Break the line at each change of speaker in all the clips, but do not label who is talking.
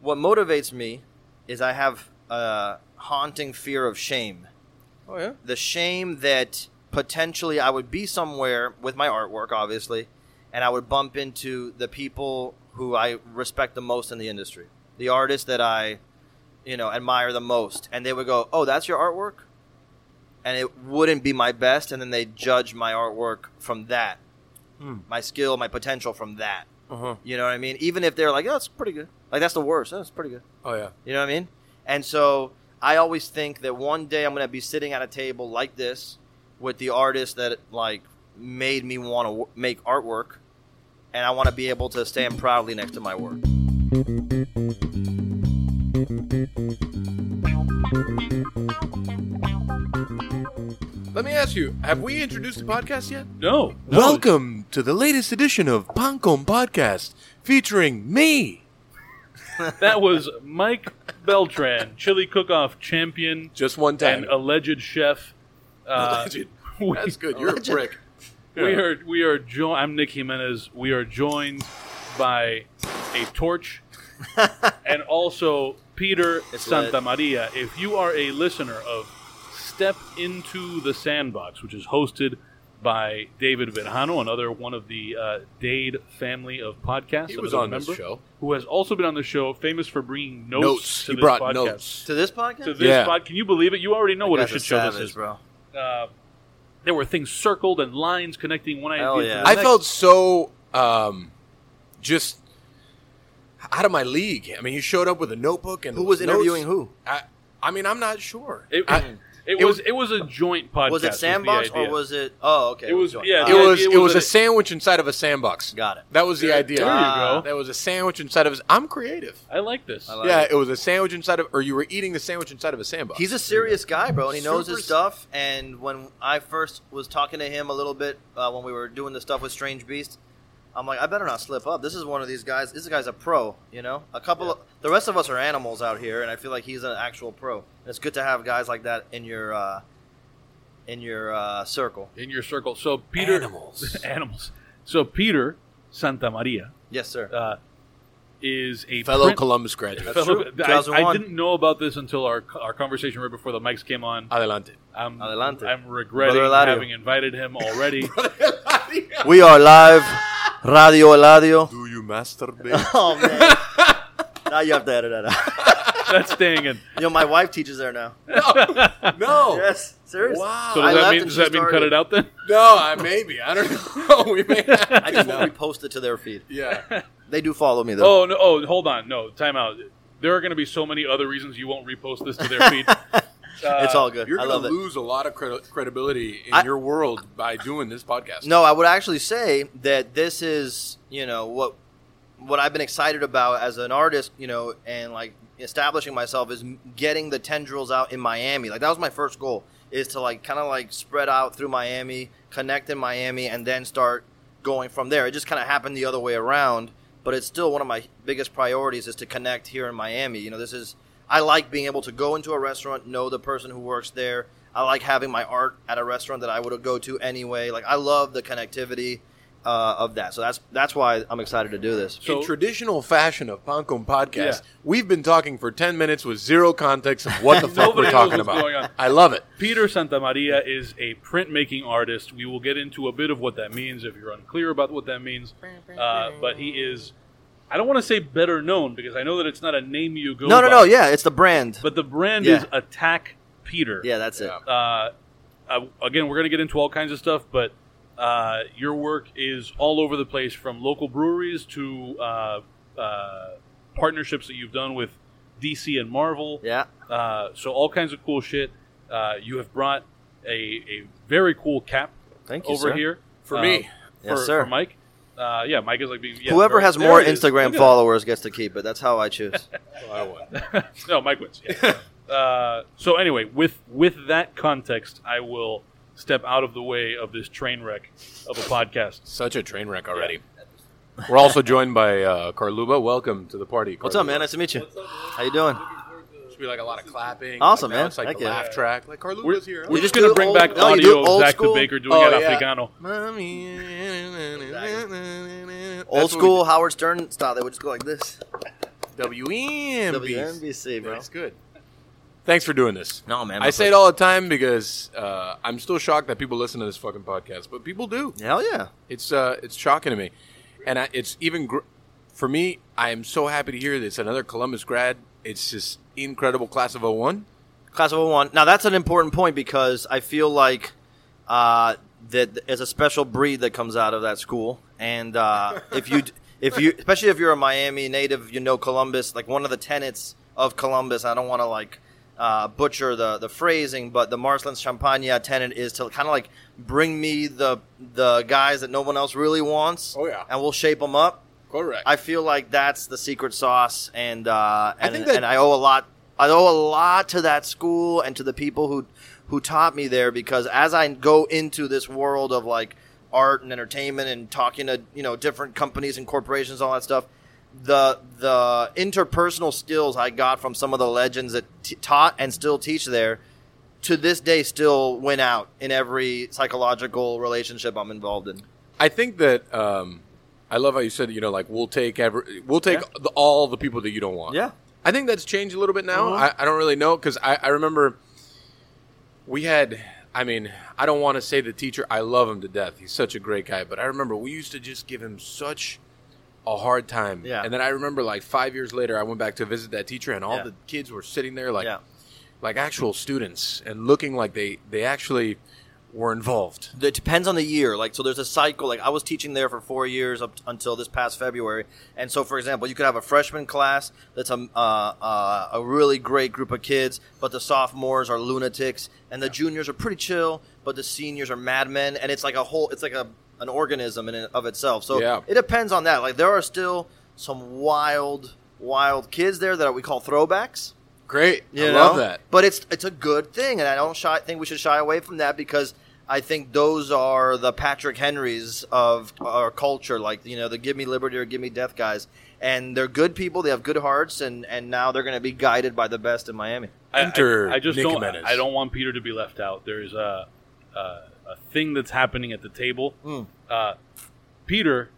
what motivates me is I have a haunting fear of shame.
Oh yeah.
The shame that potentially I would be somewhere with my artwork, obviously, and I would bump into the people who I respect the most in the industry, the artists that I, you know, admire the most, and they would go, "Oh, that's your artwork," and it wouldn't be my best, and then they judge my artwork from that,
Hmm.
my skill, my potential from that.
Uh huh.
You know what I mean? Even if they're like, "Oh, it's pretty good," like that's the worst. That's pretty good.
Oh yeah.
You know what I mean? And so I always think that one day I'm going to be sitting at a table like this with the artist that like made me want to w- make artwork, and I want to be able to stand proudly next to my work.
Let me ask you: Have we introduced the podcast yet?
No. no.
Welcome to the latest edition of Pancom Podcast, featuring me.
That was Mike Beltran, chili cook-off champion
Just one
and
time.
alleged chef. Uh,
Legend.
we,
That's good. You're a brick.
we are we are joined. I'm Nick Jimenez. We are joined by a torch and also Peter
It's
Santa
lit.
Maria. If you are a listener of Step Into the Sandbox, which is hosted by David Vidhano, another one of the uh, Dade family of podcasts.
He was
another
on this
member,
show.
who has also been on the show, famous for bringing notes,
Notes.
to
He
this
brought
podcast.
notes.
To this podcast,
To this
Yeah.
pod- can you believe it? You already know what a
Guys are
shit show
savage,
this is.
bro.
Uh, there were things circled and lines connecting one idea.
Hell
to
yeah.
the
I
next.
felt so um, just out of my league. I mean, you showed up with a notebook and
Who was
notes.
interviewing who?
I, I mean, I'm not sure.
It,
I-
it,
it
was it was a joint podcast.
Was it
the
Sandbox or
idea.
was it? Oh, okay.
It was-
joint.
yeah,
Ah,
it
idea
was it
was
was
that
a
it-
sandwich inside of a sandbox.
got it.
That was the
There-
idea.
there you
Ah.
go.
That was a sandwich inside of. A, I'm creative.
I like this.
I like-
yeah, it was a sandwich inside of, or you were eating the sandwich inside of a sandbox.
He's a serious guy, bro, and he knows
Super
his
s-
stuff. And when I first was talking to him a little bit uh, when we were doing the stuff with Strange Beast, I'm like, I better not slip up. This is one of these guys. This guy's a pro, you know. A couple of the rest of us are animals out here, and I feel like he's an actual pro. And it's good to have guys like that in your uh, in your uh, circle.
in your circle. So Peter
Animals.
animals. So Peter Santa Maria
Yes, sir.
uh, is a
fellow
print-
Columbus graduate.
That's
fellow-
true.
I- I,
2001.
didn't know about this until our our conversation right before the mics came on.
Adelante.
I'm
Adelante.
I'm regretting
Brother Eladio.
having invited him already.
we are live, Radio Eladio.
Do you masturbate?
Oh man, now you have to edit that out.
That's staying in.
you know, my wife teaches there now.
no.
Yes, seriously.
Wow.
Oh. So
I
does that
left
mean
and
does
she
that mean cut
started.
it out then?
No, I maybe. I don't know. we may have
I
to
just
know.
won't repost it to their feed.
Yeah.
They do follow me though.
Oh no! Oh, hold on. No, time out. There are going to be so many other reasons you won't repost this to their feed.
it's all good.
You're
I
going
love
to
it.
lose a lot of credi- credibility in
I-
your world by doing this podcast.
No, I would actually say that this is, you know, what what I've been excited about as an artist, you know, and like establishing myself is m- getting the tendrils out in Miami. Like that was my first goal is to like kind of like spread out through Miami, connect in Miami and then start going from there. It just kind of happened the other way around, but it's still one of my biggest priorities is to connect here in Miami. You know, this is I like being able to go into a restaurant, know the person who works there. I like having my art at a restaurant that I would go to anyway. Like I love the connectivity uh, of that. So that's that's why I'm excited to do this.
So-
in traditional fashion of Pancom podcast,
Yeah.
we've been talking for 10 minutes with zero context of what the fuck
Nobody
we're
knows
talking
what's
about.
going on.
I love it.
Peter Santamaria is a printmaking artist. We will get into a bit of what that means if you're unclear about what that means. Uh, but he is, I don't want to say better known because I know that it's not a name you go
No, no,
by,
no. Yeah, it's the brand.
But the brand
Yeah.
is Attack Peter.
yeah, that's it.
Yeah.
uh, uh, again, we're going to get into all kinds of stuff, but uh, your work is all over the place from local breweries to uh, uh, partnerships that you've done with DC and Marvel.
Yeah.
Uh, so, all kinds of cool shit. Uh, you have brought a, a very cool cap
Thank you,
over
sir.
here
For
uh,
me.
for,
Yes, sir.
for Mike. Uh, yeah, Mike is like being, yeah,
Whoever
very-
has
there
more
it is. Look
Instagram
at
followers gets to keep it. That's how I choose.
I won.
that. No, Mike wins. yeah. uh, so anyway, with with that context, I will step out of the way of this train wreck of a podcast.
Such a train wreck already. We're also joined by uh, Carluba. Welcome to the party.
What's up,
Carluba.
man? Nice to meet you. How you doing?
Should be like a lot of clapping.
Awesome,
like,
man.
It's like
Heck
the
yeah.
laugh track. Like
We're,
Carluba's here.
we're
You
just
just
going to
do
bring
old-
back
no, you do
audio of
old
Zach
school?
the Baker doing
Oh,
it
yeah.
Africano.
Mommy.
Old
That's what we
school Howard Stern style. They would just go like this.
WMBs.
WNBC, E bro.
That's good. E Thanks for doing this.
No, man.
I say it all the time because uh, I'm still shocked that people listen to this fucking podcast, but people do.
Hell yeah.
It's uh, it's shocking to me, and I, it's even gr- for me. I am so happy to hear this. Another Columbus grad. It's just incredible class of 01.
Class of 01. Now, that's an important point because I feel like uh, that there's a special breed that comes out of that school. And uh, if you, if you, especially if you're a Miami native, you know Columbus, like one of the tenets of Columbus. I don't want to like uh, butcher the, the phrasing, but the Marslands Champagne tenet is to kind of like bring me the, the guys that no one else really wants.
Oh, yeah.
And we'll shape them up.
Correct.
I feel like that's the secret sauce, and uh, and,
think that-
and I owe a lot. I owe a lot to that school and to the people who who taught me there because as I go into this world of like art and entertainment and talking to you know different companies and corporations, all that stuff, the the interpersonal skills I got from some of the legends that t- taught and still teach there. To this day, still win out in every psychological relationship I'm involved in.
I think that um, I love how you said you know like we'll take every we'll take the, all the people that you don't want.
Yeah. Uh-huh.
I think that's changed a little bit now. I, I don't really know because I, I remember we had. I mean, I don't want to say the teacher. I love him to death. He's such a great guy. But I remember we used to just give him such a hard time.
Yeah.
And then I remember like five years later, I went back to visit that teacher, and all
Yeah.
the kids were sitting there like
Yeah.
like actual students and looking like they they actually were involved.
It depends on the year. Like, so there's a cycle. Like, I was teaching there for four years up t- until this past February. And so, for example, you could have a freshman class that's a, uh, uh, a really great group of kids, but the sophomores are lunatics, and the juniors are pretty chill, but the seniors are madmen. And it's like a whole, it's like a an organism in and of itself. So
Yeah.
it depends on that. Like, there are still some wild, wild kids there that we call throwbacks.
Great.
You
I love
know?
that.
But it's it's a good thing, and I don't shy, think we should shy away from that because I think those are the Patrick Henrys of our culture, like you know the "Give Me Liberty" or "Give Me Death" guys, and they're good people. They have good hearts, and and now they're going to be guided by the best in Miami.
I-
Enter
I, I just
Nick
don't.
Jimenez.
I don't want Peter to be left out. There's a a, a thing that's happening at the table.
Hmm.
Uh, Peter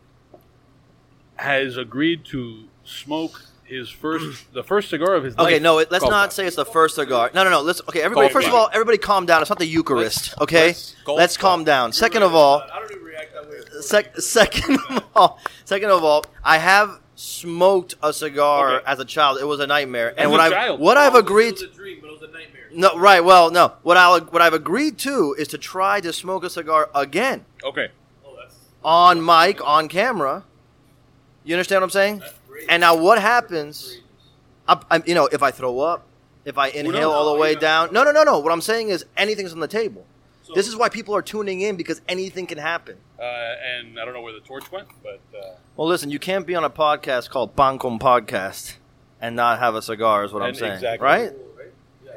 has agreed to smoke his first the first cigar of his life.
Okay, no, it, let's
Gold
not
Black.
say it's the first cigar. No, no, no. Let's okay, everybody.
Gold
first of
Black.
all, everybody, calm down. It's not the Eucharist. Okay,
let's-
let's,
Gold
calm down. Second of all,
I don't even react that way.
Sec- second of all, second of all, I have smoked a cigar
Okay.
as a child. It was a nightmare. And
a
what I
child.
what I've agreed
Oh, It was a dream, but it was a nightmare.
no right well no what I what I've agreed to is to try to smoke a cigar again
Okay,
Oh, that's
on mic on camera. You understand what I'm saying?
great.
And now what happens? I, I'm, you know, if I throw up, if I inhale all the
no,
way
yeah.
down. No, no, no, no. What I'm saying is anything's on the table.
So-
this is why people are tuning in because anything can happen.
uh, and I don't know where the torch went, but uh,
Well, listen, you can't be on a podcast called Bancom Podcast and not have a cigar, is what I'm
And
saying.
exactly.
Right?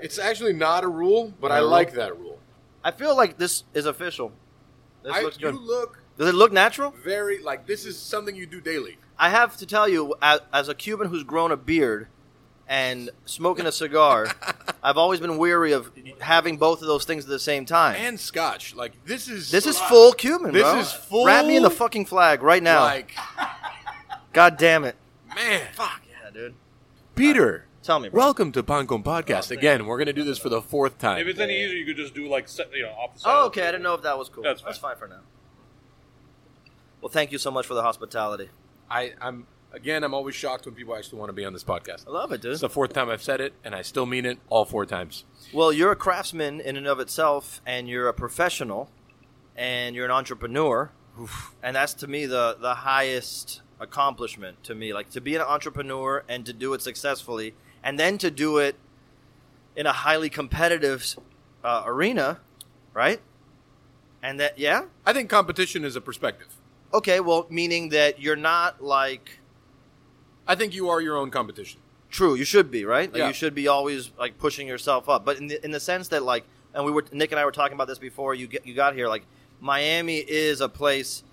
It's actually not a rule, but I
Not a
like that rule.
I feel like this is official. This
I,
looks
you
good.
look
Does it look natural?
very like this is something you do daily.
I have to tell you, as, as a Cuban who's grown a beard and smoking a cigar, I've always been weary of having both of those things at the same time.
And scotch, like this is
this is full Cuban,
This
bro.
is full-
Wrap me in the fucking flag right now.
Like
God damn it.
man, fuck.
Yeah, dude.
Peter,
Tell me, bro.
welcome to Pancom Podcast again. We're gonna do this for the fourth time.
if it's any easier, you could just do like se- you know off the side.
Oh, okay. I didn't know if that was cool.
That's
That's fine for now. Well, thank you so much for the hospitality.
I, I'm again. I'm always shocked when people actually want to be on this podcast.
I love it, dude.
It's the fourth time I've said it, and I still mean it all four times.
well, you're a craftsman in and of itself, and you're a professional, and you're an entrepreneur, and that's to me the the highest accomplishment to me. Like to be an entrepreneur and to do it successfully, and then to do it in a highly competitive uh, arena, right? And that, yeah,
I think competition is a perspective.
okay. Well, meaning that you're not like
I think you are your own competition.
True, you should be right. Like,
Yeah.
You should be always like pushing yourself up. But in the, in the sense that like, and we were Nick and I were talking about this before you get, you got here. Like, Miami is a place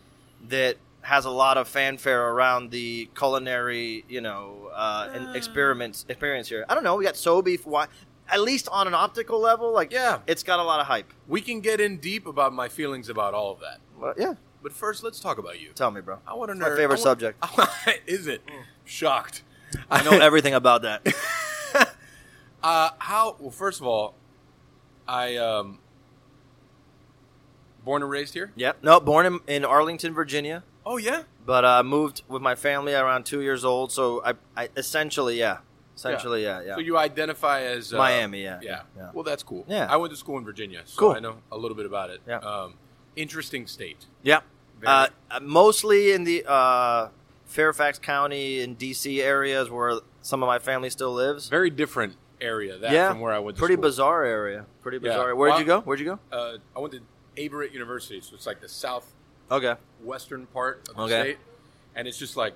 that has a lot of fanfare around the culinary, you know, uh, and experiments experience here. I don't know. We got Sobe, for why, at least on an optical level. Like,
Yeah.
it's got a lot of hype.
We can get in deep about my feelings about all of that.
Well, yeah,
But first, let's talk about you.
tell me, bro.
I want to
It's
know
my favorite
I wa-
subject.
Is it? Shocked.
I know everything about that.
Uh, how? Well, first of all, I um, born and raised here.
Yep. No, born in, in Arlington, Virginia,
Oh yeah,
but uh, moved with my family around two years old. So I, I essentially, yeah, essentially, yeah, yeah.
So you identify as uh,
Miami, yeah.
yeah.
Yeah.
Well, that's cool.
Yeah.
I went to school in Virginia, so
Cool.
I know a little bit about it.
Yeah.
Um, interesting state.
Yeah.
Very-
Uh, mostly in the uh, Fairfax County and D.C. areas where some of my family still lives.
Very different area that
Yeah.
from where I went. To
Pretty
school.
bizarre area. Pretty
Yeah.
bizarre. Where'd
Well,
you go? Where'd you go?
Uh, I went to Averett University, so it's like the southwestern
Okay.
part of the
Okay.
state, and it's just like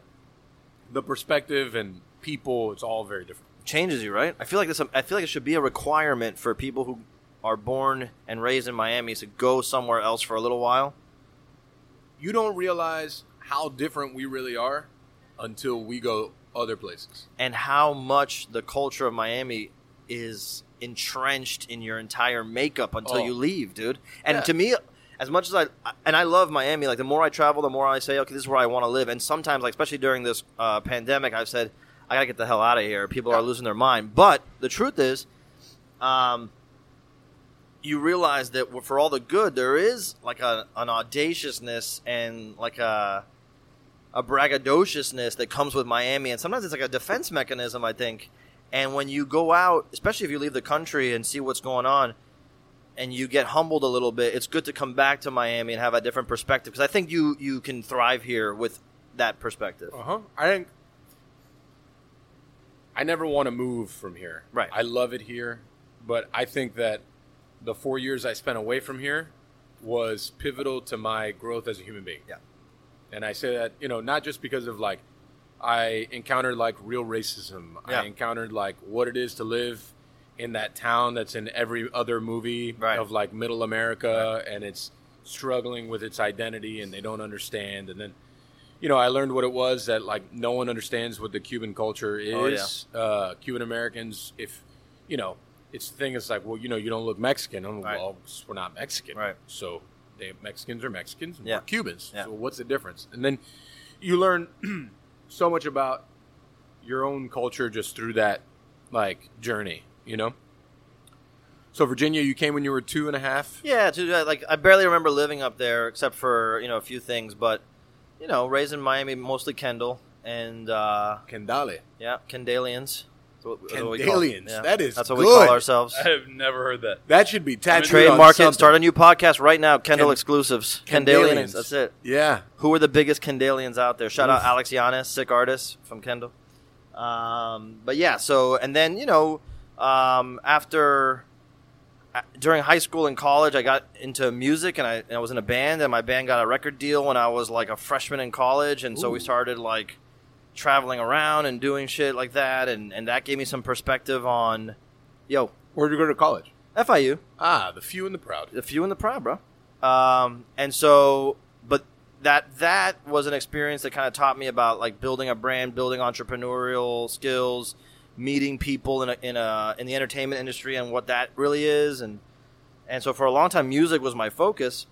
the perspective and people. It's all very different.
Changes you, right? I feel like this. I feel like it should be a requirement for people who are born and raised in Miami is to go somewhere else for a little while.
You don't realize how different we really are until we go other places.
and how much the culture of Miami is entrenched in your entire makeup until
Oh.
you leave, dude. And
Yeah.
to me, as much as I and I love Miami, like the more I travel, the more I say, okay, this is where I want to live. And sometimes, like especially during this uh, pandemic, I've said, I gotta get the hell out of here. People are losing their mind. But the truth is, um, you realize that for all the good, there is like a, an audaciousness and like a a braggadociousness that comes with Miami, and sometimes it's like a defense mechanism, I think. And when you go out, especially if you leave the country and see what's going on, and you get humbled a little bit, it's good to come back to Miami and have a different perspective because I think you you can thrive here with that perspective.
Uh huh. I think I never want to move from here.
Right.
I love it here, but I think that the four years I spent away from here was pivotal to my growth as a human being.
Yeah.
And I say that you know not just because of like I encountered like real racism.
Yeah.
I encountered like what it is to live in that town that's in every other movie
Right.
of like middle America and it's struggling with its identity and they don't understand and then you know, I learned what it was that like no one understands what the Cuban culture
Oh, yeah.
is. Uh, Cuban Americans, if you know, it's the thing. It's like, well, you know, you don't look Mexican. I'm,
Right.
Well, we're not Mexican,
Right.
So they Mexicans are Mexicans. And
Yeah.
We're Cubans.
Yeah.
So what's the difference? And then you learn so much about your own culture just through that like journey. You know. So Virginia, you came when you were two and a half.
Yeah, to uh, like I barely remember living up there except for you know a few things, but you know, raised in Miami, mostly Kendall and uh,
Kendale.
yeah, Kendallians. That's what- that's what we call-
Kendallians. That is
that's what we
good.
call ourselves.
I have never heard that.
That should be tattooed on
Trademark it.
something.
Start a new podcast right now. Kendall
Ken-
exclusives.
Kendallians.
Kendallians. That's it.
Yeah.
Who are the biggest Kendallians out there? Shout out
Oof.
Alex Giannis, sick artist from Kendall. Um, but yeah, so and then you know, um, after a- during high school and college, I got into music and I, and I was in a band and my band got a record deal when I was like a freshman in college, and so we
Ooh.
started like traveling around and doing shit like that, and and that gave me some perspective on, yo,
Where'd you go to college?
FIU.
Ah, the few and the proud.
the few and the proud, bro. Um, and so, but that that was an experience that kind of taught me about like building a brand, building entrepreneurial skills, meeting people in a, in a in the entertainment industry and what that really is, and and so for a long time, music was my focus.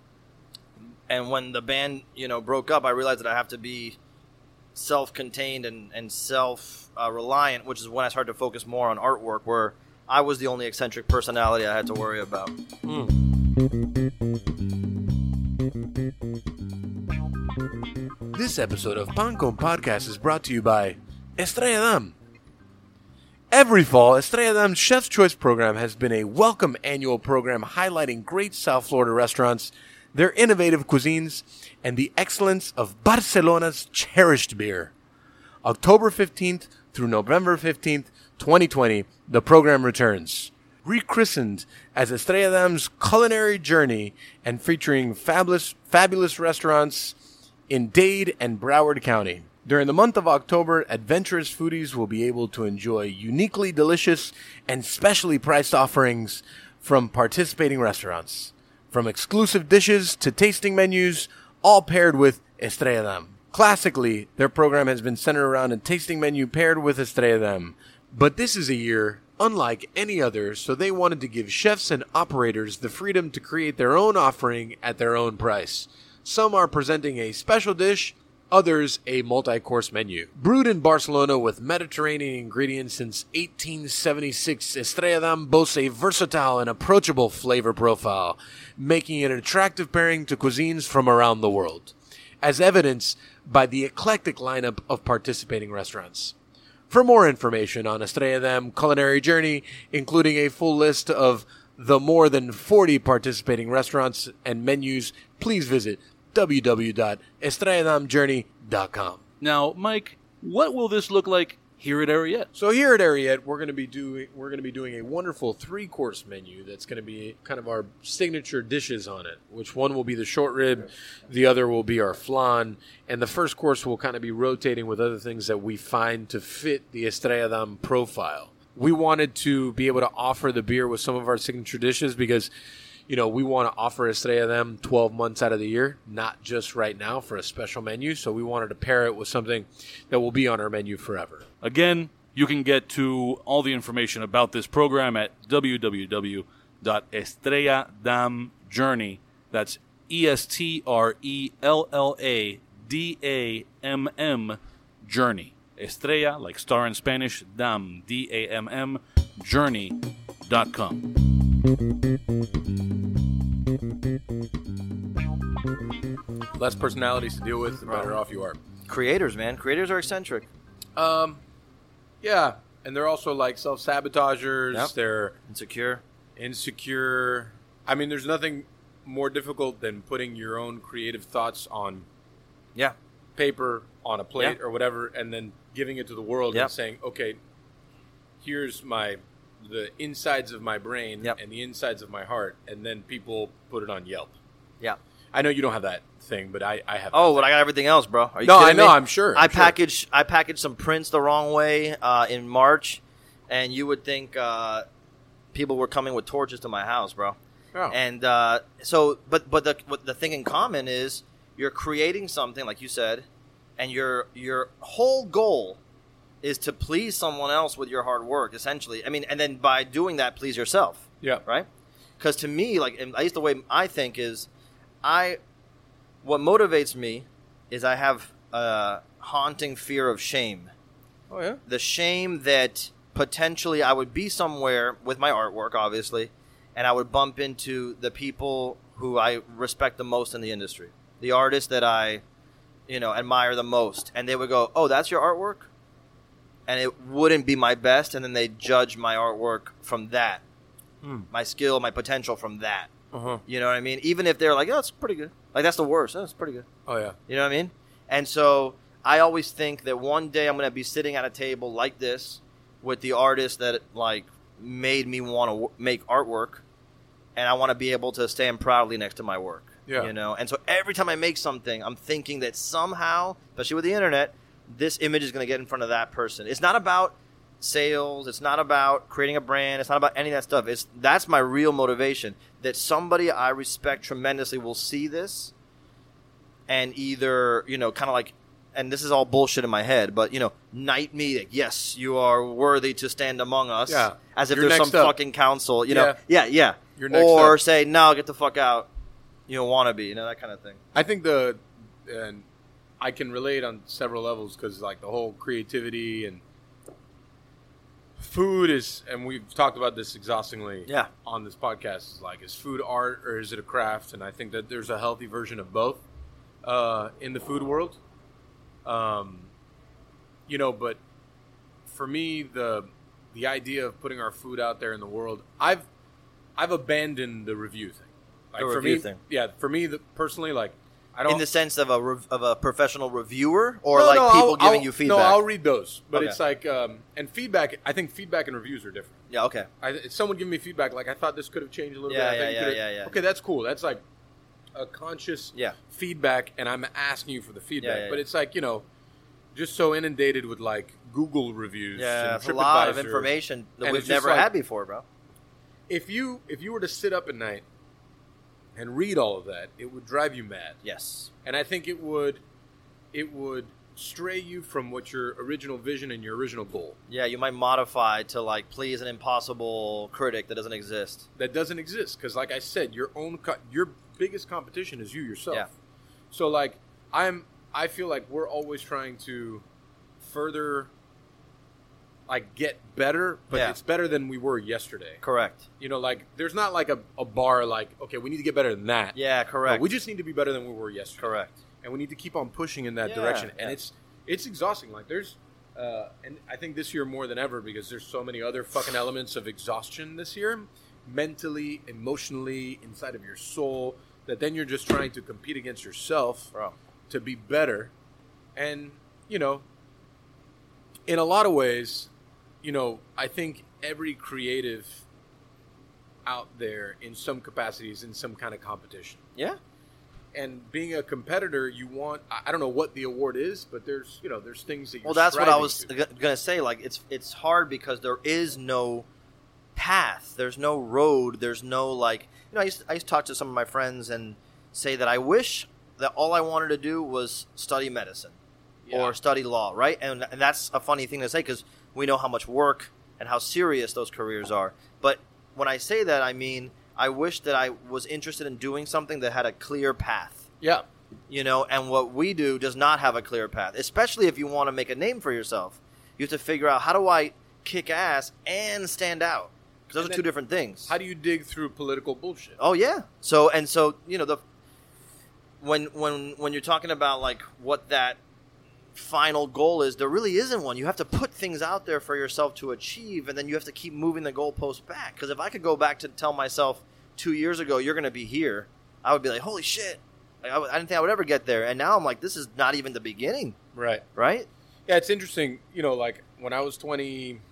And when the band, you know, broke up, I realized that I have to be self-contained and and self-reliant, which is when I started to focus more on artwork, where I was the only eccentric personality I had to worry about.
This episode of Pancom Podcast is brought to you by Estrella Damm. Every fall, Estrella Dam's Chef's Choice program has been a welcome annual program highlighting great South Florida restaurants, their innovative cuisines, and the excellence of Barcelona's cherished beer. October 15th through November 15th, 2020, the program returns. Rechristened as Estrella Dam's culinary journey and featuring fabulous, fabulous restaurants in Dade and Broward County. During the month of October, adventurous foodies will be able to enjoy uniquely delicious and specially priced offerings from participating restaurants. From exclusive dishes to tasting menus, all paired with Estrella Damm. Classically, their program has been centered around a tasting menu paired with Estrella Damm. But this is a year unlike any other, so they wanted to give chefs and operators the freedom to create their own offering at their own price. Some are presenting a special dish, others a multi course menu. Brewed in Barcelona with Mediterranean ingredients since 1876, Estrella d'Ambose's versatile and approachable flavor profile, making it an attractive pairing to cuisines from around the world, as evidenced by the eclectic lineup of participating restaurants. For more information on Estrella Dam culinary journey, including a full list of the more than 40 participating restaurants and menus, please visit www.estrelladamjourney.com.
Now, Mike, what will this look like here at Ariette?
So here at Ariette, we're going to be doing we're going to be doing a wonderful three course menu that's going to be kind of our signature dishes on it. Which one will be the short rib, the other will be our flan, and the first course will kind of be rotating with other things that we find to fit the Estrella Damm profile. We wanted to be able to offer the beer with some of our signature dishes because you know, we want to offer Estrella them 12 months out of the year, not just right now for a special menu. So we wanted to pair it with something that will be on our menu forever.
Again, you can get to all the information about this program at www.estrelladamjourney. That's E S T R E L L A D A M M journey. Estrella, like star in Spanish, dam, D A M M, journey.com.
Less personalities to deal with, the better off you are.
Creators, man, creators are eccentric.
Um, yeah. And they're also like self sabotagers.
Yep.
They're
Insecure.
insecure. I mean, there's nothing more difficult than putting your own creative thoughts on
Yeah.
paper on a plate
Yeah.
or whatever and then giving it to the world
Yep.
and saying okay here's my the insides of my brain
Yep.
and the insides of my heart and then people put it on yelp
Yeah.
i know you don't have that thing but i, I have
Oh, but I got everything else, bro. Are you
no i
kidding
know
me?
i'm sure
I
I'm sure.
packaged I packaged some prints the wrong way uh, in March, and you would think uh, people were coming with torches to my house, bro.
Oh.
And uh, so, but but the what the thing in common is you're creating something, like you said, and your your whole goal is to please someone else with your hard work, essentially. I mean, and then by doing that, please yourself
yeah
right? Because to me, like at least the way I think is, I what motivates me is I have a haunting fear of shame,
oh yeah
the shame that potentially I would be somewhere with my artwork, obviously, and I would bump into the people who I respect the most in the industry, the artists that I, you know, admire the most, and they would go, "Oh, that's your artwork." And it wouldn't be my best, and then they judge my artwork from that my skill, my potential from that.
uh-huh
You know what I mean? Even if they're like, oh, it's pretty good. Like, that's the worst. That's pretty good.
oh yeah
You know what I mean? And so I always think that one day I'm going to be sitting at a table like this with the artist that, like, made me want to w- make artwork. And I want to be able to stand proudly next to my work.
Yeah.
You know? And so every time I make something, I'm thinking that somehow, especially with the internet, this image is going to get in front of that person. It's not about sales. It's not about creating a brand. It's not about any of that stuff. It's that's my real motivation. That somebody I respect tremendously will see this and either you know, kind of like, and this is all bullshit in my head, but you know, knight me. Like, yes, you are worthy to stand among us.
Yeah.
As if
You're
there's
next
some
up.
fucking council. You
Yeah.
know. Yeah. Yeah.
You're next
or
up.
say no, get the fuck out. You know, wannabe. You know that kind of thing.
I think the and I can relate on several levels because like the whole creativity and food is and we've talked about this exhaustingly
Yeah.
on this podcast is like is food art or is it a craft and I think that there's a healthy version of both uh, in the food world um, you know but for me the the idea of putting our food out there in the world I've I've abandoned the review thing like
The
for
review
me
thing.
yeah for me the, personally like I don't
In the sense of a rev- of a professional reviewer, or
no,
like
no,
people
I'll-
giving
I'll-
you feedback.
No, I'll read those, but
Okay.
it's like um, and feedback. I think feedback and reviews are different.
yeah. Okay.
I, if someone giving me feedback, like I thought this could have changed a little
Yeah,
bit. I
yeah,
think it
yeah,
could've-
yeah, yeah.
Okay, that's cool. That's like a conscious
Yeah.
feedback, and I'm asking you for the feedback.
Yeah, yeah,
but
yeah.
it's like you know, just so inundated with like Google reviews.
Yeah,
and
it's a lot of
TripAdvisor.
information that
And
we've
it's just
never
like-
had before, bro.
If you if you were to sit up at night and read all of that, it would drive you mad.
Yes.
and I think it would it would stray you from what your original vision and your original goal
Yeah, you might modify to like please an impossible critic that doesn't exist.
that doesn't exist because like I said your own co- your biggest competition is you yourself
Yeah.
so like I'm I feel like we're always trying to further, like, get better, but
Yeah.
it's better than we were yesterday.
Correct.
You know, like, there's not like a, a bar, like, okay, we need to get better than that.
Yeah,
No,
correct.
we just need to be better than we were yesterday.
correct.
and we need to keep on pushing in that
Yeah,
direction. And
yeah.
it's it's exhausting. Like there's, uh, and I think this year more than ever because there's so many other fucking elements of exhaustion this year, mentally, emotionally, inside of your soul. That then you're just trying to compete against yourself
Bro.
to be better, and you know, in a lot of ways, you know, I think every creative out there in some capacity is in some kind of competition
Yeah.
and being a competitor, you want I I don't know what the award is, but there's you know there's things that you're
Well, that's what I
striving
was
to.
g- gonna say. Like it's it's hard because there is no path. There's no road. There's no like you know. I used to, I used to talk to some of my friends and say that I wish that all I wanted to do was study medicine
Yeah.
or study law, right? And and that's a funny thing to say because we know how much work and how serious those careers are. But when I say that, I mean I wish that I was interested in doing something that had a clear path
yeah
you know and what we do does not have a clear path especially if you want to make a name for yourself you have to figure out how do i kick ass and stand out because those
And
are
then-
two different things
how do you dig through political bullshit?
oh yeah so and so you know the when when when you're talking about like what that final goal is there really isn't one you have to put things out there for yourself to achieve and then you have to keep moving the goalpost back because if i could go back to tell myself two years ago you're going to be here i would be like holy shit like, I, w- I didn't think i would ever get there and now i'm like this is not even the beginning
Right.
right
Yeah, it's interesting. You know, like when I was 27,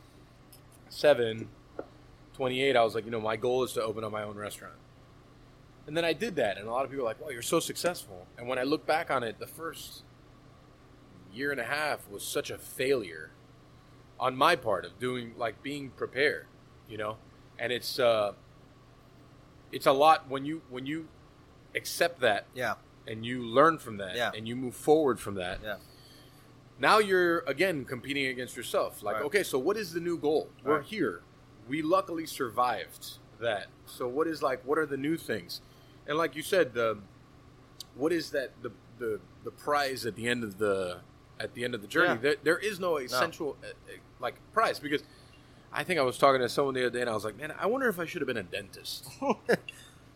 28, I was like, you know, my goal is to open up my own restaurant. And then I did that, and a lot of people are like, "Wow, you're so successful." And when I look back on it, the first year and a half was such a failure on my part of doing like being prepared, you know. And it's uh, it's a lot when you when you accept that
yeah
and you learn from that
Yeah.
and you move forward from that
Yeah.
now you're again competing against yourself like
Right.
okay so what is the new goal we're
Right.
here we luckily survived that so what is like what are the new things and like you said the what is that the the, the prize at the end of the at the end of the journey
Yeah.
there, there is no essential uh, uh, like prize because i think i was talking to someone the other day and i was like man i wonder if i should have been a dentist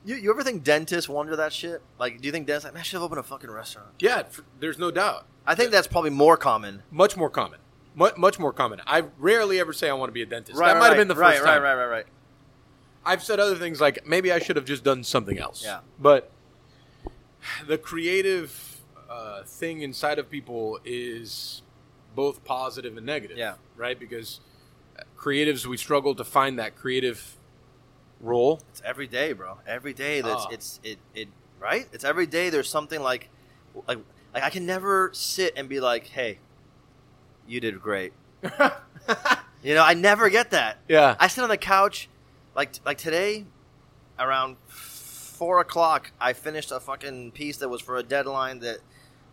you, you ever think dentists wonder that shit like do you think dentists like man, i should have opened a fucking restaurant
yeah f there's no doubt
i think that's probably more common
much more common. Mu much more common. I rarely ever say I want to be a dentist. that
right,
might have
right,
been the
right,
first
right
time.
right right right
I've said other things like maybe I should have just done something else.
Yeah.
But the creative uh, thing inside of people is both positive and negative.
Yeah.
Right? Because creatives, we struggle to find that creative role.
It's every day, bro. Every day that's
Ah.
it's it it right. It's every day. There's something like like like I can never sit and be like, hey, you did great. you know, I never get that.
Yeah.
I sit on the couch, like like today, around four o'clock. I finished a fucking piece that was for a deadline that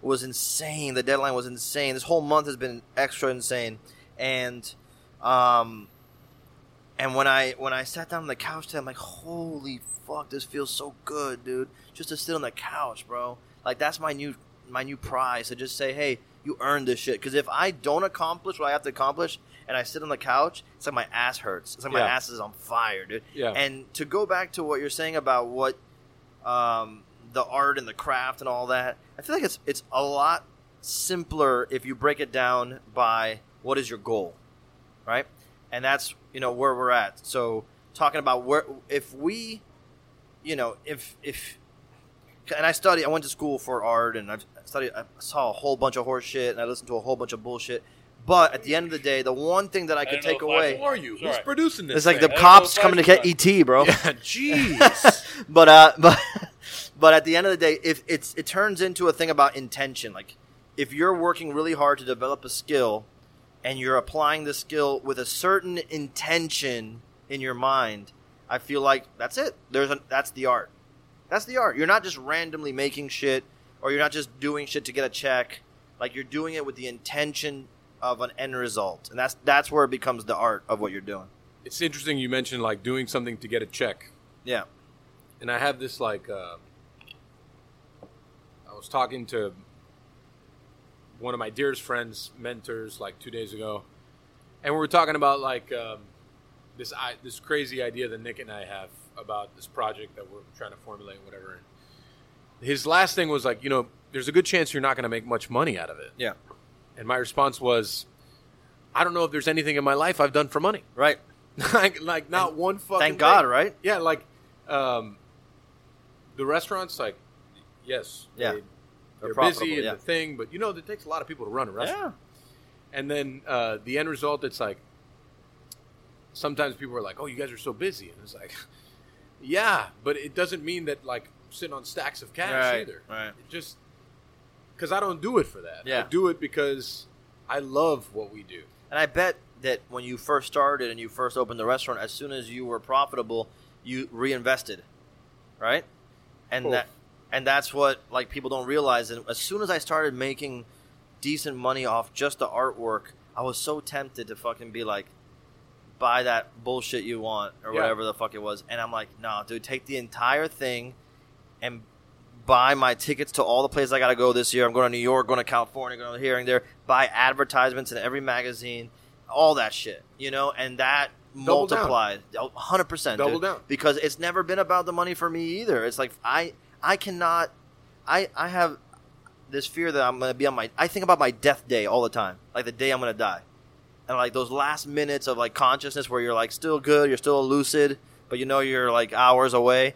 was insane. The deadline was insane. This whole month has been extra insane, and um, and when I when I sat down on the couch, today, I'm like, holy fuck, this feels so good, dude. Just to sit on the couch, bro. Like that's my new my new prize. To just say, hey, you earned this shit. Because if I don't accomplish what I have to accomplish, and I sit on the couch, it's like my ass hurts. It's like my
Yeah.
ass is on fire, dude.
Yeah.
And to go back to what you're saying about what um, the art and the craft and all that, I feel like it's it's a lot simpler if you break it down by what is your goal, right? And that's you know where we're at. So talking about where if we, you know, if if and I study. I went to school for art, and I studied. I saw a whole bunch of horse shit, and I listened to a whole bunch of bullshit. But at the end of the day, the one thing that I could
don't know
take
if I
away
Who are you?
It's
Who's
all right.
producing this?
it's like the
thing?
I don't
cops
know if
coming to
I-
get ET, bro.
Yeah, jeez.
But uh, but but at the end of the day, if it's it turns into a thing about intention. Like if you're working really hard to develop a skill, and you're applying the skill with a certain intention in your mind, I feel like that's it. There's a, that's the art. That's the art. You're not just randomly making shit, or you're not just doing shit to get a check. Like you're doing it with the intention of an end result, and that's that's where it becomes the art of what you're doing.
it's interesting you mentioned like doing something to get a check.
Yeah.
and um, I have this like uh, I was talking to one of my dearest friends, mentors, like two days ago, and we were talking about like um, this I, this crazy idea that Nick and I have about this project that we're trying to formulate, whatever. His last thing was like, you know, there's a good chance you're not going to make much money out of it.
Yeah.
And my response was, I don't know if there's anything in my life I've done for money.
Right.
like, like not one fucking.
Thank God,
thing.
right?
Yeah, like um, the restaurants, like yes,
Yeah.
they,
They're
they're,
profitable,
busy and
yeah.
the thing, but you know, it takes a lot of people to run a restaurant. And then uh, the end result, it's like sometimes people are like, "Oh, you guys are so busy," and it's like, "Yeah," but it doesn't mean that like sitting on stacks of cash
Right,
either.
right.
It just because I don't do it for that.
Yeah.
I do it because I love what we do.
And I bet that when you first started and you first opened the restaurant, as soon as you were profitable, you reinvested, right? And
Oh.
that and that's what like people don't realize. And as soon as I started making decent money off just the artwork, I was so tempted to fucking be like, buy that bullshit you want or
Yeah.
whatever the fuck it was. And I'm like, nah, dude, take the entire thing and buy my tickets to all the places I got to go this year. I'm going to New York, going to California, going here and there. Buy advertisements in every magazine, all that shit, you know. And that
Double down.
multiplied, hundred percent,
Double down.
Because it's never been about the money for me either. It's like I, I cannot, I, I have this fear that I'm going to be on my. I think about my death day all the time, like the day I'm going to die, and like those last minutes of like consciousness where you're like still good, you're still lucid, but you know you're like hours away.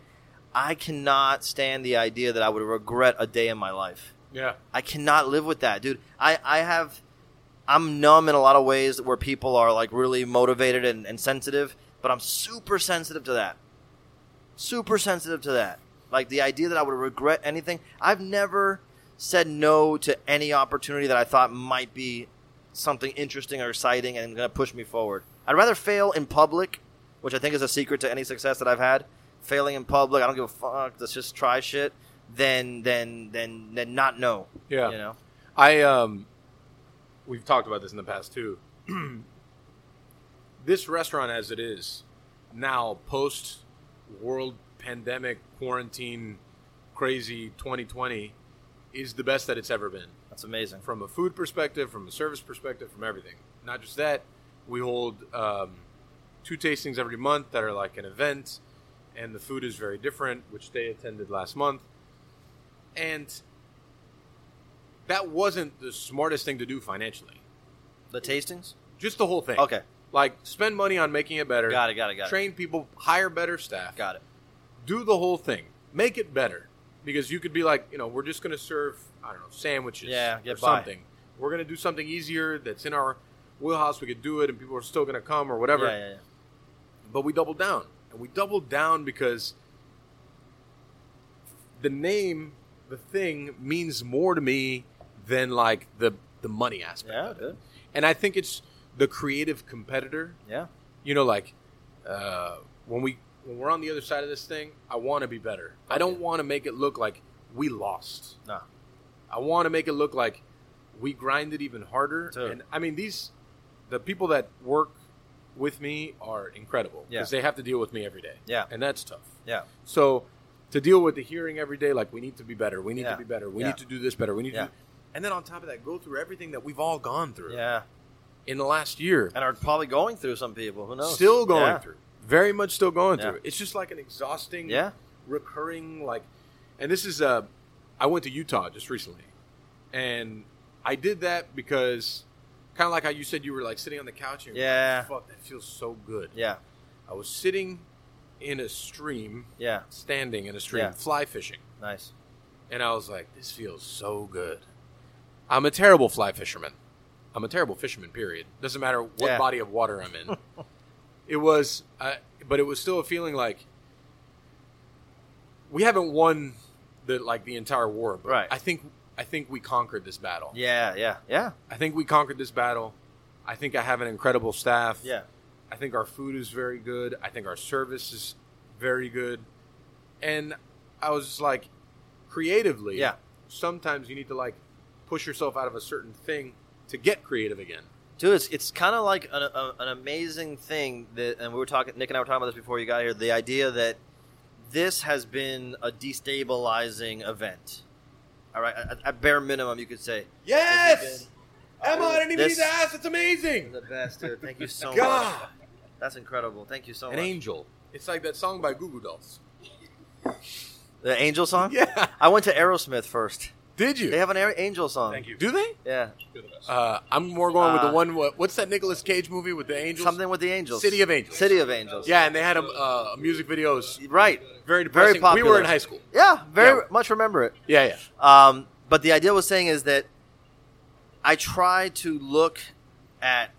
I cannot stand the idea that I would regret a day in my life.
Yeah.
I cannot live with that, dude. I, I have, I'm numb in a lot of ways where people are like really motivated and, and sensitive, but I'm super sensitive to that. Super sensitive to that. Like the idea that I would regret anything. I've never said no to any opportunity that I thought might be something interesting or exciting and going to push me forward. I'd rather fail in public, which I think is a secret to any success that I've had. Failing in public, I don't give a fuck. Let's just try shit. Than than than than not know.
Yeah.
You know.
I um, we've talked about this in the past too. this restaurant, as it is now, post world pandemic quarantine, crazy 2020, is the best that it's ever been
That's amazing.
from a food perspective, from a service perspective, from everything. Not just that, we hold um, two tastings every month that are like an event, and the food is very different, which they attended last month. And that wasn't the smartest thing to do financially.
The tastings?
Just the whole thing.
Okay.
Like, spend money on making it better.
Got it, got it, got it.
Train people, hire better staff
Got it.
do the whole thing, make it better, because you could be like, you know, we're just going to serve, I don't know, sandwiches,
Yeah,
or
get by.
something. We're going to do something easier that's in our wheelhouse. We could do it, and people are still going to come or whatever.
Yeah, yeah, yeah.
But we doubled down, and we doubled down because the name, the thing, means more to me than like the the money aspect.
Yeah,
of it.
dude.
And I think it's the creative competitor
Yeah.
you know, like uh, when we when we're on the other side of this thing, I want to be better. I don't
Okay.
want to make it look like we lost.
No.
I want to make it look like we grinded even harder.
Totally.
And I mean, these the people that work with me are incredible
Yeah.
because they have to deal with me every day.
Yeah.
and that's tough.
Yeah.
So to deal with the hearing every day, like we need to be better. We need
Yeah.
to be better. We
Yeah.
need to do this better. We need
Yeah.
to. Do, and then on top of that, go through everything that we've all gone through
Yeah.
in the last year
And are probably going through some people. Who knows?
still going
Yeah.
through very much still going
Yeah.
through it. it's just like an exhausting
Yeah.
recurring like and this is uh i went to utah just recently and i did that because kind of like how you said you were like sitting on the couch and you're like,
Yeah.
fuck that feels so good
Yeah.
i was sitting in a stream
Yeah.
standing in a stream
Yeah.
fly fishing
Nice.
and i was like this feels so good i'm a terrible fly fisherman i'm a terrible fisherman period doesn't matter what
Yeah.
body of water i'm in it was uh, but it was still a feeling like we haven't won the like the entire war but
Right.
i think i think we conquered this battle
Yeah, yeah, yeah.
i think we conquered this battle i think i have an incredible staff
Yeah.
i think our food is very good i think our service is very good and i was just like creatively
Yeah.
sometimes you need to like push yourself out of a certain thing to get creative again
Dude, it's, it's kind of like an, a, an amazing thing that, and we were talking, Nick and I were talking about this before you got here. The idea that this has been a destabilizing event. All right, at, at bare minimum, you could say
Yes, Emma, I didn't even
This-
need to ask. It's amazing.
the best, dude. Thank you so much.
God,
That's incredible. Thank you so
an
much.
angel. It's like that song by Goo Goo Dolls.
the Angel song?
Yeah,
I went to Aerosmith first.
did you?
They have an Aer- Angel song.
Thank you.
Do they?
Yeah,
You're the best.
Uh, I'm more going with
Uh,
the one. What, what's that Nicolas Cage movie with the angels?
something with the angels.
City of Angels.
City of Angels.
Yeah, and they had a, uh, a music videos.
Right. Very
Very depressing. We were
popular.
in high school.
Yeah. Very
Yeah.
much remember it.
Yeah, yeah.
Um, but the idea was saying is that I try to look at,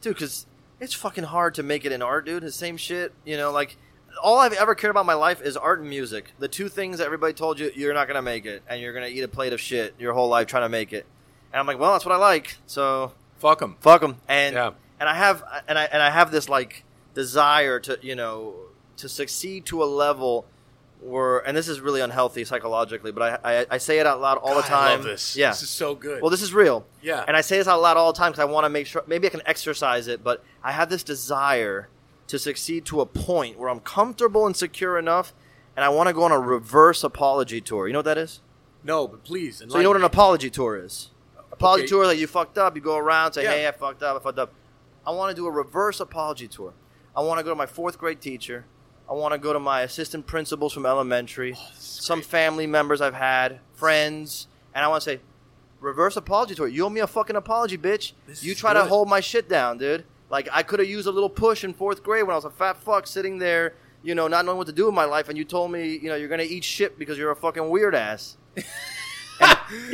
dude, because it's fucking hard to make it in art, dude. The same shit, you know, like all I've ever cared about in my life is art and music. The two things that everybody told you you're not gonna make it, and you're gonna eat a plate of shit your whole life trying to make it. And I'm like, well, that's what I like, so
Fuck them.
fuck them. And
Yeah.
and I have and I and I have this like desire to you know to succeed to a level where and this is really unhealthy psychologically, but I I, I say it out loud all the time.
I love this.
Yeah.
This is so good.
well, this is real.
yeah.
And I say this out loud all the time because I want to make sure. Maybe I can exercise it, but I have this desire to succeed to a point where I'm comfortable and secure enough, and I want to go on a reverse apology tour. You know what that is?
no, but please.
So you know what an
enlighten
apology tour is? Apology
Okay.
tour is like you fucked up. You go around say,
Yeah.
"Hey, I fucked up. I fucked up." I want to do a reverse apology tour. I want to go to my fourth grade teacher. I want to go to my assistant principals from elementary,
Oh,
some family members I've had, friends, and I want to say, "Reverse apology tour. You owe me a fucking apology, bitch.
This
you
is
try to
good.
hold my shit down, dude. Like I could have used a little push in fourth grade when I was a fat fuck sitting there." You know, not knowing what to do with my life, and you told me, you know, you're gonna eat shit because you're a fucking weird ass.
me.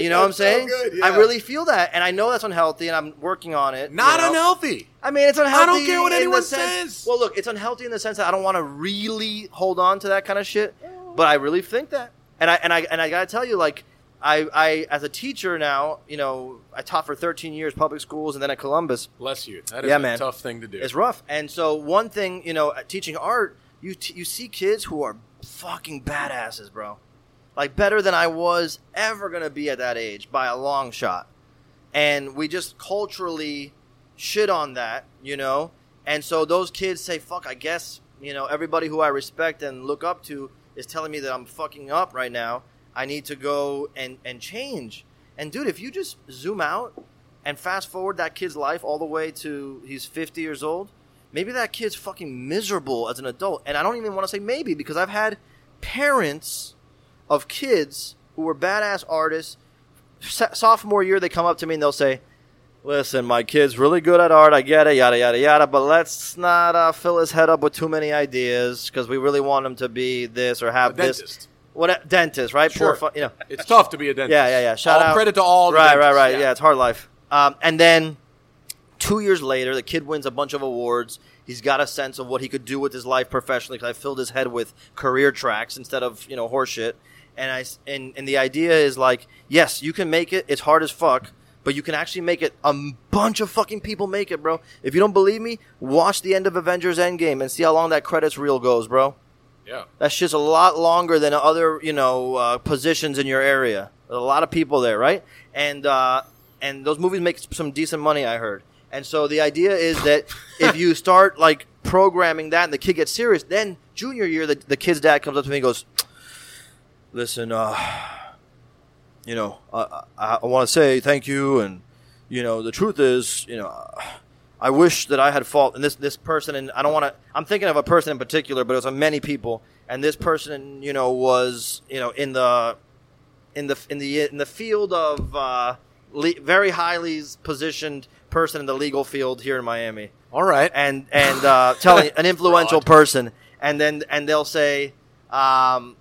You know what I'm
That's so
saying?
good,
I
yeah.
really feel that, and I know that's unhealthy, and I'm working on it.
not
you know?
unhealthy.
I mean, it's unhealthy.
care what
in the
anyone
sense-
says.
Well, look, it's unhealthy in the sense that I don't want to really hold on to that kind of shit, but I really think that, and I and I and I gotta tell you, like, I I as a teacher now, you know, I taught for 13 years public schools, and then at Columbus,
Bless you. That is
Yeah,
a
man.
tough thing to do.
it's rough. And so one thing, you know, at teaching art, you t- you see kids who are fucking badasses, bro. Like better than I was ever going to be at that age by a long shot. And we just culturally shit on that, you know? And so those kids say, "Fuck, I guess, you know, everybody who I respect and look up to is telling me that I'm fucking up right now. I need to go and and change." And dude, if you just zoom out and fast forward that kid's life all the way to he's 50 years old, maybe that kid's fucking miserable as an adult. And I don't even want to say maybe because I've had parents of kids who were badass artists. So- sophomore year, they come up to me and they'll say, Listen, my kid's really good at art. I get it, yada, yada, yada. But let's not uh, fill his head up with too many ideas because we really want him to be this or
A
have this.
dentist.
What a- dentist, right?
Sure.
Poor fu- you know.
It's tough to be a dentist.
Yeah, yeah, yeah. Shout
all
out.
credit to all. the
Right, right,
dentists.
right. Yeah. it's hard life. Um, and then two years later, the kid wins a bunch of awards. He's got a sense of what he could do with his life professionally. Because I filled his head with career tracks instead of you know horseshit. And I s- and and the idea is like, yes, you can make it. It's hard as fuck. But you can actually make it. A m- bunch of fucking people make it, bro. If you don't believe me, watch the end of Avengers Endgame and see how long that credits reel goes, bro.
yeah.
That's just a lot longer than other, you know, uh, positions in your area. There's a lot of people there, right? And uh, and those movies make some decent money, I heard. And so the idea is that if you start like programming that, and the kid gets serious, then junior year, the, the kid's dad comes up to me and goes, "Listen, uh, you know, I, I, I want to say thank you, and you know, the truth is, you know." I wish that I had fault. And this this person, and I don't want to. I'm thinking of a person in particular, but it was on many people. And this person, you know, was you know in the in the in the in the field of uh, le- very highly positioned person in the legal field here in Miami
All right.
and and uh, telling an influential person, and then and they'll say, um,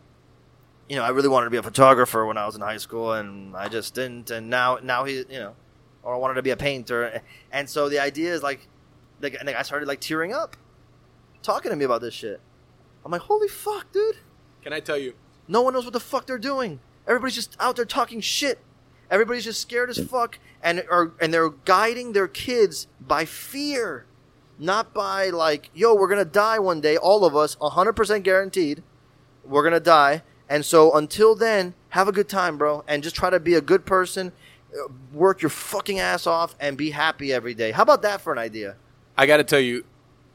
you know, I really wanted to be a photographer when I was in high school, and I just didn't, and now now he, you know, or I wanted to be a painter, and so the idea is like, like and I started like tearing up, talking to me about this shit. I'm like, holy fuck, dude.
Can I tell you?
No one knows what the fuck they're doing. Everybody's just out there talking shit. Everybody's just scared as fuck and are and they're guiding their kids by fear, not by like, yo, we're going to die one day, all of us, 100% guaranteed. We're going to die. And so until then, have a good time, bro, and just try to be a good person, uh, work your fucking ass off and be happy every day. How about that for an idea?
I got to tell you,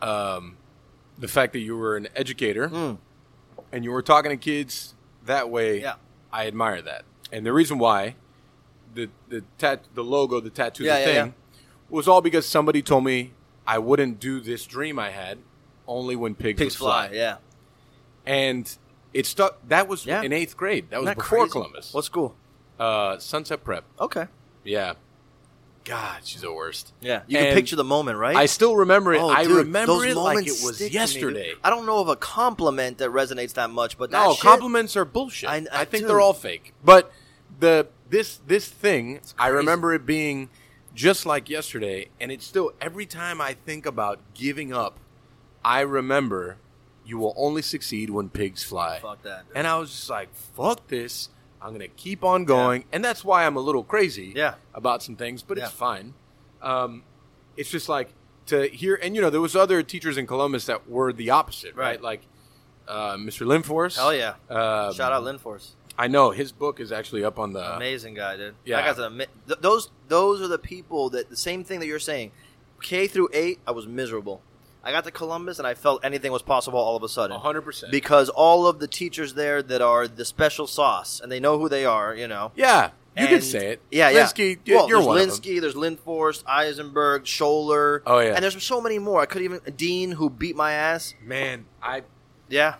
um, the fact that you were an
Hmm.
educator and you were talking to kids that way,
Yeah.
I admire that. and the reason why the the tat the logo, the tattoo,
Yeah,
the
yeah,
thing
yeah.
was all because somebody told me I wouldn't do this dream I had only when pigs,
Pigs
would fly.
fly. Yeah.
And it stuck. That was
Yeah.
in eighth grade. That was
Isn't that
before
crazy?
Columbus.
What school?
Uh, Sunset Prep.
Okay.
Yeah. God, she's the worst.
Yeah. You
And
can picture the moment, right?
I still remember it.
Oh,
I
dude,
remember
those
it like it
moments
was
stick to me,
yesterday.
dude. I don't know of a compliment that resonates that much, but that
no,
shit-
compliments are bullshit. I,
I- I
think
do.
they're all fake. But the this this thing, I
crazy.
remember it being just like yesterday, and it's still every time I think about giving up, I remember you will only succeed when pigs fly.
Fuck that. dude.
And I was just like, fuck this. I'm gonna keep on going, and that's why I'm a little crazy
Yeah.
about some things, but
Yeah.
it's fine. Um, it's just like to hear, and you know, there was other teachers in Columbus that were the opposite, right?
Right.
Like uh, Mr. Linforce.
Hell yeah.
Um,
Shout out Lynn Force.
I know his book is actually up on the.
Amazing guy, dude.
uh, yeah.
That guy's an ama- th- those those are the people that the same thing that you're saying. K through eight, I was miserable. I got to Columbus and I felt anything was possible all of a sudden.
100%.
Because all of the teachers there that are the special sauce and they know who they are, you know.
yeah, you can
And-
say it.
Yeah, yeah.
Linsky, y-
well,
you're
there's
one of them.
Linsky, there's Lindforst, Eisenberg, Scholler.
Oh, yeah.
and there's so many more. I could even Dean who beat my ass.
Man, I
Yeah,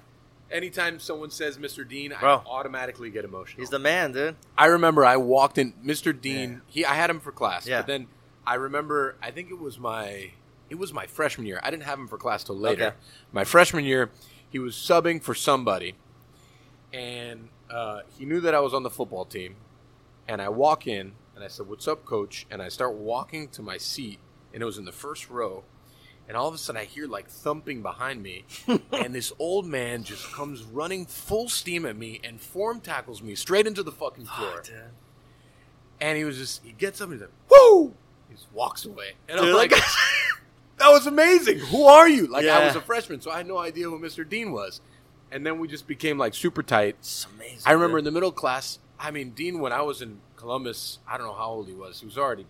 anytime someone says Mr. Dean,
Bro.
I automatically get emotional.
he's the man, dude.
I remember I walked in. Mr. Dean,
Yeah.
he I had him for class,
Yeah.
but then I remember I think it was my it was my freshman year. I didn't have him for class till later.
Okay.
My freshman year, he was subbing for somebody, and uh, he knew that I was on the football team. And I walk in and I said, "What's up, coach?" And I start walking to my seat, and it was in the first row. And all of a sudden, I hear like thumping behind me, and this old man just comes running full steam at me and form tackles me straight into the fucking floor. And he was just, he gets up and he's like, woo! He just walks away. And I'm
Dude,
like,
like-
that was amazing. Who are you? Like, I
Yeah.
was a freshman, so I had no idea who Mr. Dean was. And then we just became like super tight.
It's amazing.
I remember in
dude.
the middle class, I mean, Dean, when I was in Columbus, I don't know how old he was. He was already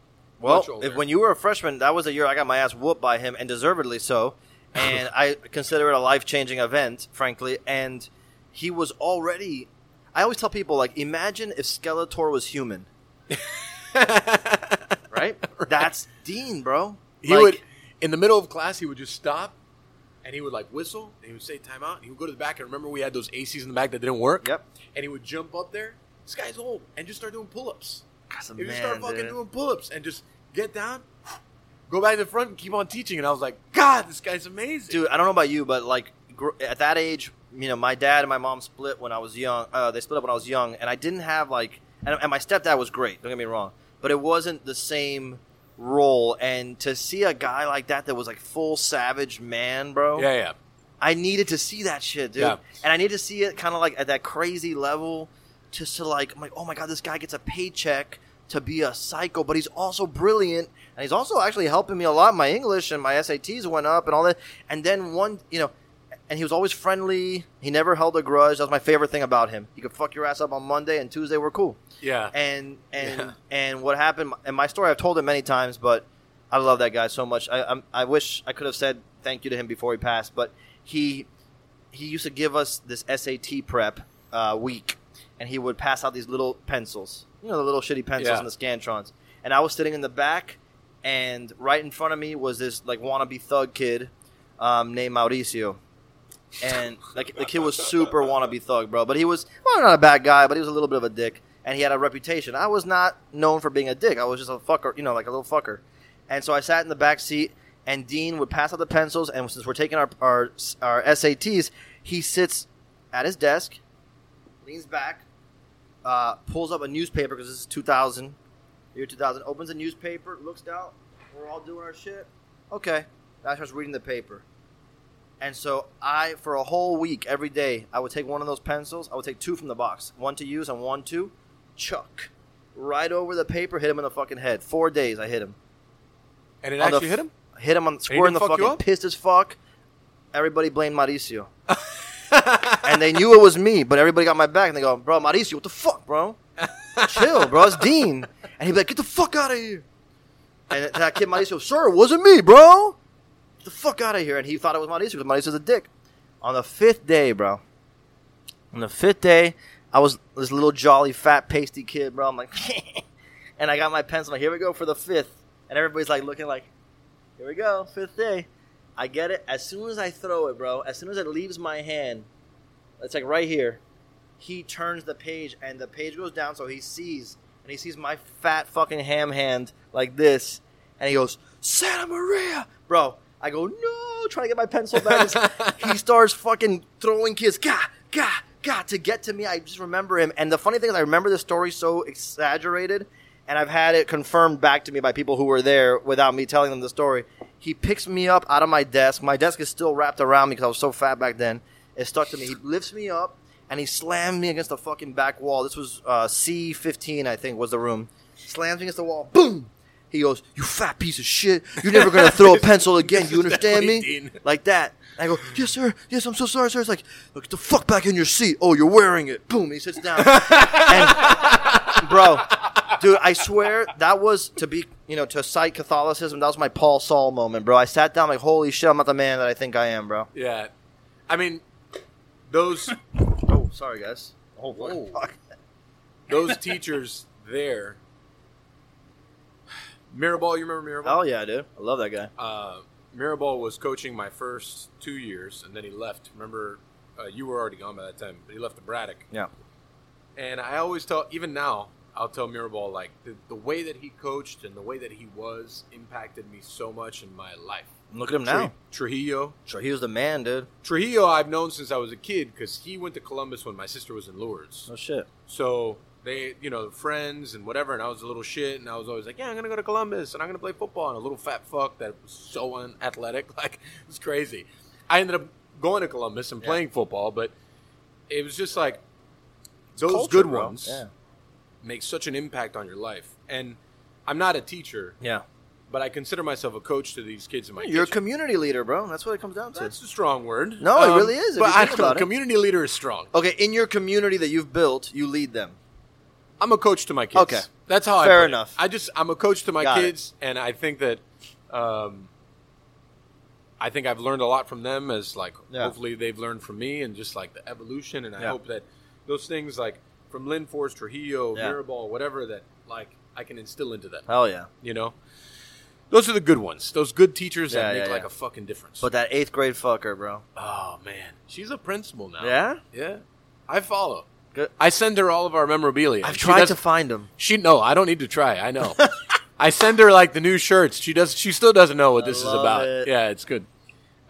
well,
much older.
if, when you were a freshman, that was the year I got my ass whooped by him, and deservedly so. And I consider it a life changing event, frankly. And he was already. I always tell people like, imagine if Skeletor was human, right? That's Dean, bro.
He
Like,
would in the middle of class he would just stop and he would like whistle and he would say timeout and he would go to the back and remember we had those ACs in the back that didn't work.
Yep.
And he would jump up there, this guy's old, and just start doing pull ups.
That's a
He would just
man,
start fucking
dude.
doing pull ups and just get down, go back to the front and keep on teaching. And I was like, God, this guy's amazing.
dude i don't know about you but like gr- at that age you know my dad and my mom split when i was young uh, they split up when i was young and i didn't have like and, and my stepdad was great don't get me wrong but it wasn't the same role and to see a guy like that that was like full savage man bro
Yeah, yeah.
i needed to see that shit dude
Yeah.
and i need to see it kind of like at that crazy level just to like I'm like oh my god this guy gets a paycheck to be a psycho but he's also brilliant and he's also actually helping me a lot my english and my sats went up and all that and then one you know and he was always friendly he never held a grudge that was my favorite thing about him he could fuck your ass up on monday and tuesday were cool
Yeah.
and and
Yeah.
and what happened and my story I've told it many times, but I love that guy so much. I I'm, I wish I could have said thank you to him before he passed, but he he used to give us this SAT prep uh, week, and he would pass out these little pencils, you know, the little shitty pencils
Yeah.
and the scantrons. And I was sitting in the back, and right in front of me was this like wannabe thug kid um, named Mauricio and like the kid was super wannabe thug, bro. But he was well, not a bad guy, but he was a little bit of a dick, and he had a reputation. I was not known for being a dick. I was just a fucker, you know, like a little fucker. And so I sat in the back seat, and Dean would pass out the pencils, and since we're taking our our, our SATs, he sits at his desk, leans back, uh, pulls up a newspaper because this is 2000, year 2000. Opens a newspaper, looks out. We're all doing our shit. Okay, now he starts reading the paper. And so I, for a whole week, every day, I would take one of those pencils. I would take two from the box, one to use and one to chuck right over the paper. Hit him in the fucking head. Four days, I hit him.
and it
On the
actually hit
f-
him?
Hit him on the
he
square in the
didn't fuck you
fucking
up?
pissed as fuck. Everybody blamed Mauricio, and they knew it was me. But everybody got my back, and they go, "Bro, Mauricio, what the fuck, bro? Chill, bro. It's Dean." And he'd be like, "Get the fuck out of here!" And that kid Mauricio, "Sir, it wasn't me, bro. Get the fuck out of here!" And he thought it was Mauricio because Mauricio's a dick. On the fifth day, bro. On the fifth day, I was this little jolly fat pasty kid, bro. I'm like, and I got my pencil. like, here we go for the fifth, and everybody's like looking like, here we go, fifth day. I get it as soon as I throw it, bro. As soon as it leaves my hand, it's like right here. He turns the page, and the page goes down, so he sees, and he sees my fat fucking ham hand like this, and he goes, Santa Maria, bro. I go no, trying to get my pencil back. he starts fucking throwing kids, gah, gah, gah, to get to me. I just remember him, and the funny thing is, I remember the story so exaggerated, and I've had it confirmed back to me by people who were there without me telling them the story. He picks me up out of my desk. My desk is still wrapped around me because I was so fat back then. It stuck to me. He lifts me up and he slammed me against the fucking back wall. This was uh, C15, I think, was the room. Slams me against the wall. Boom. He goes, "You fat piece of shit! You're never gonna throw a pencil again. You understand
definitely
me?"
Dean.
Like that. And I go, "Yes, sir. Yes, I'm so sorry, sir." It's like, "Look get the fuck back in your seat. Oh, you're wearing it." Boom. He sits down. and, bro, dude, I swear that was to be, you know, to cite Catholicism. That was my Paul Saul moment, bro. I sat down like, "Holy shit, I'm not the man that I think I am, bro."
Yeah, I mean, those
Oh, sorry, guys. Oh,
Whoa.
fuck.
those teachers there. Mirrorball, you remember Mirrorball?
Oh yeah, dude. I love that guy.
uh, Mirabal was coaching my first two years, and then he left. Remember, uh, you were already gone by that time, but he left to Braddock.
Yeah.
And I always tell, even now, I'll tell Mirabal like the, the way that he coached and the way that he was impacted me so much in my life.
Look at him
Tre-
now.
Trujillo,
Sure, he was the man, dude.
Trujillo, I've known since I was a kid because he went to Columbus when my sister was in Lourdes.
No shit.
So they, you know, friends and whatever. And I was a little shit, and I was always like, "Yeah, I'm gonna go to Columbus and I'm gonna play football." And a little fat fuck that was so unathletic, like it was crazy. I ended up going to Columbus and
Yeah.
playing football, but it was just like those
culture,
good
bro.
ones
Yeah.
make such an impact on your life. And I'm not a teacher,
Yeah.
but I consider myself a coach to these kids in my
You're a
kitchen.
community leader, bro. That's what it comes down to.
That's a strong word. Um,
No, it really is, if
But
you
I
think
don't know,
about it.
community leader is strong.
okay, in your community that you've built, you lead them.
I'm a coach to my kids.
Okay.
that's how I.
Fair
put it.
enough.
I just I'm a coach to my
Got it.
kids, and I think that, um, I think I've learned a lot from them. As like,
Yeah.
hopefully they've learned from me, and just like the evolution. And I
Yeah.
hope that those things like from Lynn Force, Trujillo,
Yeah.
Mirabal, whatever that like I can instill into them.
Hell yeah.
You know, those are the good ones. Those good teachers
Yeah,
that
yeah,
make like
yeah.
a fucking difference.
But that eighth grade fucker, bro.
oh man, she's a principal now.
Yeah?
yeah. I follow.
Good.
I send her all of our memorabilia.
I've
She
tried
does-
to find him.
she no, I don't need to try. I know. I send her like the new shirts. She does. She still doesn't know what
I
this is
love
about.
it.
Yeah, it's good.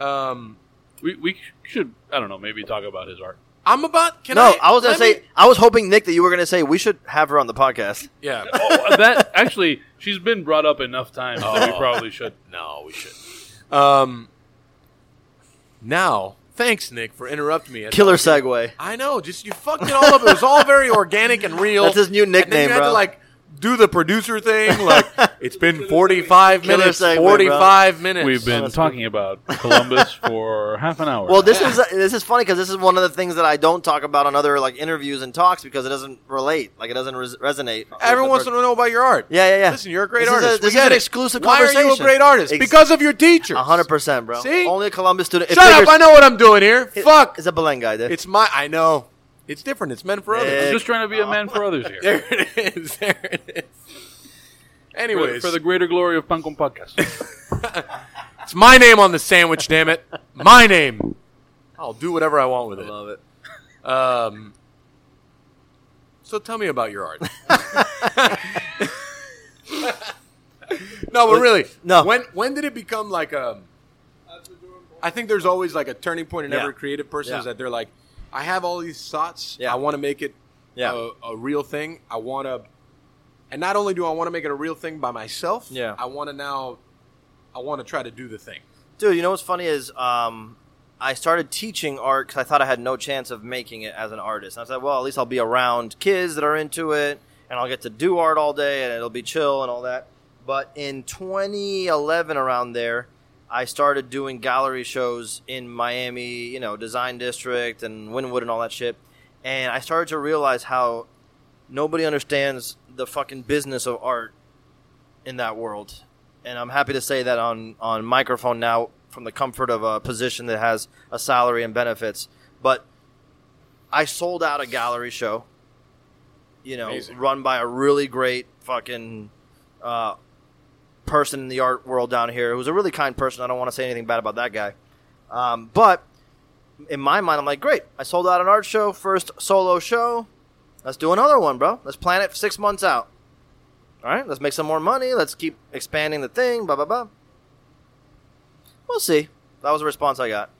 Um,
We, we should I don't know maybe talk about his art.
I'm about. Can
no, I, was gonna
let
say
me-
I was hoping Nick that you were gonna say we should have her on the podcast.
yeah.
Oh, that actually she's been brought up enough times that we
Oh.
probably should.
No, we should. Um. Now, thanks, Nick, for interrupting me. I-
Killer segue.
I know. Just you fucked it all up. It was all very organic and real.
That's his new
And then
nickname,
you had
bro.
to like do the producer thing. Like it's been 45
Killer
minutes.
segue, bro.
45 minutes.
We've been talking about Columbus for half an hour.
well, this is this is funny because this is one of the things that I don't talk about on other like interviews and talks because it doesn't relate, like it doesn't res- resonate.
Everyone wants to know about your art.
Yeah, yeah, yeah.
Listen, you're a great
This is a-
artist. We
this is
get
an
it.
exclusive
Why are you a
conversation.
great artist?
Ex-
because of your teachers.
A hundred percent, bro.
See?
Only a Columbus student. It
Shut
figures-
up! I know what I'm doing here.
it-
Fuck.
It's a Belen guy, dude.
It's my. I know. It's different. It's meant for
Yeah.
I'm
others.
just trying to be a man for others here.
There it is. There it is.
For-
Anyways,
for the greater glory of Pancom Podcast.
it's my name on the sandwich. Damn it, my name. I'll do whatever I want with
I love it.
it. Um. So tell me about your art. no, but really,
No.
When when did it become like um? I think there's always like a turning point in
Yeah.
every creative person
Yeah.
is that they're like, I have all these thoughts.
Yeah.
I want to make it
Yeah.
a, a real thing. I want to, and not only do I want to make it a real thing by myself.
Yeah.
I want to now, I want to try to do the thing.
Dude, you know what's funny is um, I started teaching art because I thought I had no chance of making it as an artist. And I said, well, at least I'll be around kids that are into it, and I'll get to do art all day, and it'll be chill and all that. But in 2011, around there, I started doing gallery shows in Miami, you know, Design District and Wynwood and all that shit. And I started to realize how nobody understands the fucking business of art in that world. And I'm happy to say that on, on microphone now from the comfort of a position that has a salary and benefits. But I sold out a gallery show. You know,
Amazing.
run by a really great fucking uh, person in the art world down here who's a really kind person. I don't want to say anything bad about that guy, um, but in my mind, I'm like, great. I sold out an art show, first solo show. Let's do another one, bro. Let's plan it six months out. All right, let's make some more money. Let's keep expanding the thing. Blah blah blah. We'll see. That was the response I got.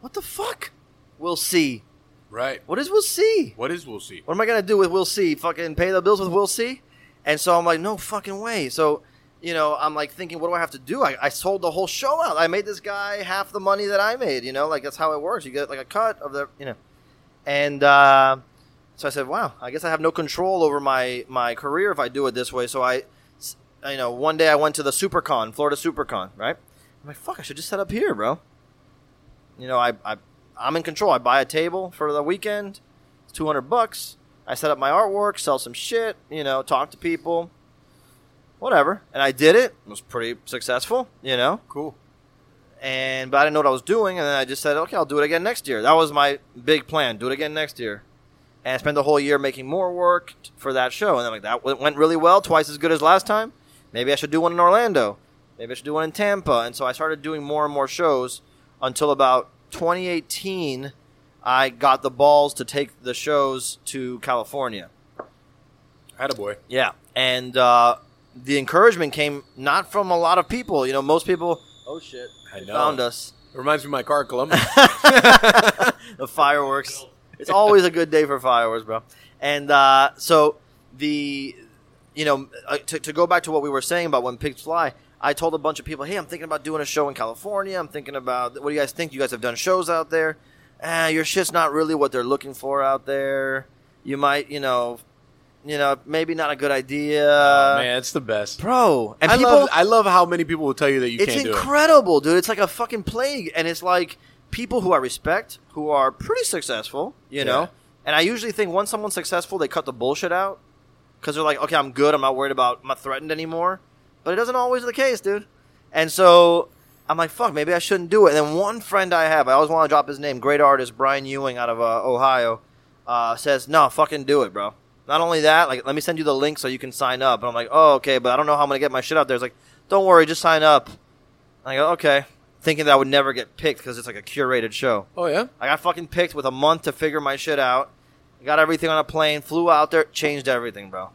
What the fuck? We'll see.
Right.
What is we'll see?
What is we'll see?
What am I gonna do with Will C? Fucking pay the bills with Will C? And so I'm like, no fucking way. So, you know, I'm like thinking, what do I have to do? I, I sold the whole show out. I made this guy half the money that I made. You know, like that's how it works. You get like a cut of the, you know. And uh, so I said, wow, I guess I have no control over my my career if I do it this way. So I, s- you know, one day I went to the SuperCon, Florida SuperCon, right? I'm like, fuck, I should just set up here, bro. You know, I, I I'm in control. I buy a table for the weekend. It's 200 bucks. I set up my artwork, sell some shit, you know, talk to people, whatever. And I did it. It was pretty successful, you know.
Cool.
And but I didn't know what I was doing, and then I just said, okay, I'll do it again next year. That was my big plan. Do it again next year. And I spent the whole year making more work t- for that show. And I'm like, that went- went really well, twice as good as last time. Maybe I should do one in Orlando. Maybe I should do one in Tampa. And so I started doing more and more shows until about 2018. I got the balls to take the shows to California.
Attaboy.
Yeah, and uh, the encouragement came not from a lot of people. You know, most people
Oh shit. I know.
found us.
It reminds me of my car, Columbus.
the fireworks. It's always a good day for fireworks, bro. And uh, so the, you know, uh, to, to go back to what we were saying about when pigs fly, I told a bunch of people, hey, I'm thinking about doing a show in California. I'm thinking about what do you guys think? You guys have done shows out there. Ah, your shit's not really what they're looking for out there. You might, you know, you know, maybe not a good idea,
Oh, Man, it's the best.
bro. And
I
people,
love I love how many people will tell you that you
it's
can't do
incredible, dude. It's like a fucking plague, and it's like people who I respect, who are pretty successful, you
Yeah.
know. And I usually think once someone's successful, they cut the bullshit out because they're like, okay, I'm good. I'm not worried about. I'm not threatened anymore. But it doesn't always the case, dude. And so I'm like, fuck, maybe I shouldn't do it. And then one friend I have, I always want to drop his name, great artist Brian Ewing out of uh, Ohio, uh, says, no, fucking do it, bro. Not only that, like, let me send you the link so you can sign up. And I'm like, oh, okay, but I don't know how I'm gonna get my shit out there. It's like, don't worry, just sign up. I go, okay, thinking that I would never get picked because it's like a curated show.
it. Oh yeah.
I got fucking picked with a month to figure my shit out. I got everything on a plane, flew out there, changed everything, bro.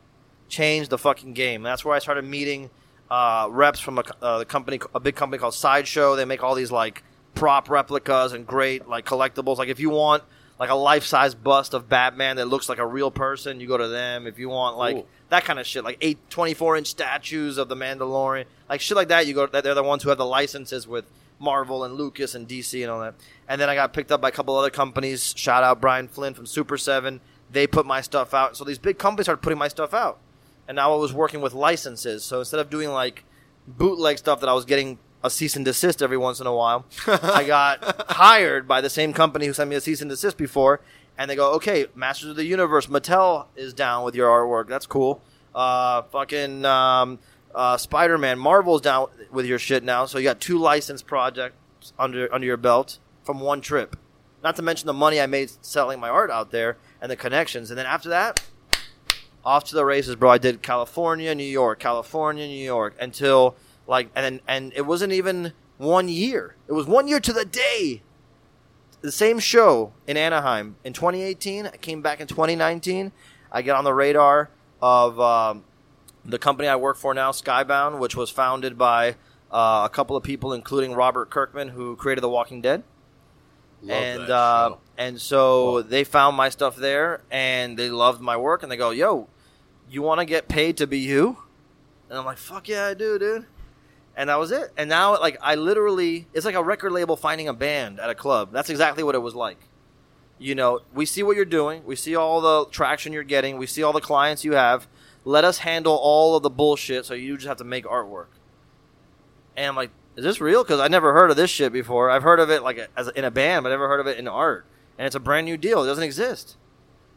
Changed the fucking game. That's where I started meeting uh, reps from a co- uh, the company, a big company called Sideshow. They make all these like prop replicas and great like collectibles. Like if you want like a life size bust of Batman that looks like a real person, you go to them. If you want like
Cool.
that kind of shit, like eight 24 inch statues of the Mandalorian, like shit like that, you go. They're the ones who have the licenses with Marvel and Lucas and DC and all that. And then I got picked up by a couple other companies. Shout out Brian Flynn from Super 7. They put my stuff out. So these big companies started putting my stuff out. And now I was working with licenses. So instead of doing like bootleg stuff that I was getting a cease and desist every once in a while, I got hired by the same company who sent me a cease and desist before. And they go, okay, Masters of the Universe, Mattel is down with your artwork. That's cool. Uh, fucking um, uh, Spider Man, Marvel's down with your shit now. So you got two licensed projects under under your belt from one trip. Not to mention the money I made selling my art out there and the connections. And then after that, off to the races, bro. I did California, New York, California, New York until like and then and it wasn't even one year. It was one year to the day. The same show in Anaheim in 2018. I came back in 2019. I get on the radar of um, the company I work for now, Skybound, which was founded by uh, a couple of people, including Robert Kirkman, who created The Walking Dead
Love
and
that
uh,
show.
and so they found my stuff there, and they loved my work, and they go, "Yo, you want to get paid to be you?" And I'm like, "Fuck yeah, I do, dude." And that was it. And now, like, I literally, it's like a record label finding a band at a club. That's exactly what it was like. You know, we see what you're doing, we see all the traction you're getting, we see all the clients you have. Let us handle all of the bullshit, so you just have to make artwork. And I'm like, is this real? Because I never heard of this shit before. I've heard of it like as in a band, but never heard of it in art. And it's a brand new deal. It doesn't exist.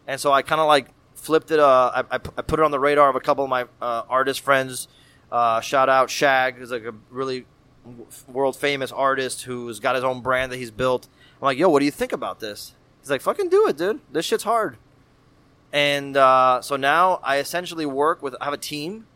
And so I kind of like flipped it. Uh, I, I pu- I put it on the radar of a couple of my uh, artist friends. Uh, shout out Shag, who's like a really world famous artist who's got his own brand that he's built. I'm like, yo, what do you think about this? He's like, fucking do it, dude. This shit's hard. And uh, so now I essentially work with. I have a team.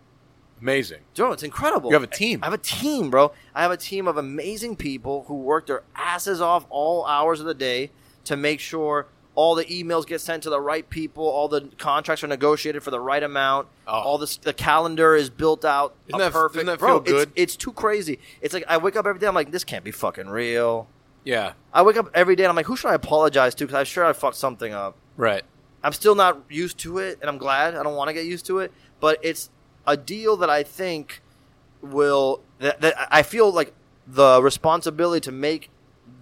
Amazing.
Joe, it's incredible.
You have a team.
I have a team, bro. I have a team of amazing people who work their asses off all hours of the day to make sure all the emails get sent to the right people, all the contracts are negotiated for the right amount,
Oh.
all this the calendar is built out
Isn't that-
perfect.
doesn't that
bro,
feel good?
It's, it's too crazy. It's like I wake up every day. I'm like, this can't be fucking real.
Yeah.
I wake up every day and I'm like, who should I apologize to? Because I'm sure I fucked something up.
Right.
I'm still not used to it, and I'm glad. I don't want to get used to it, but it's a deal that I think will that, that I feel like the responsibility to make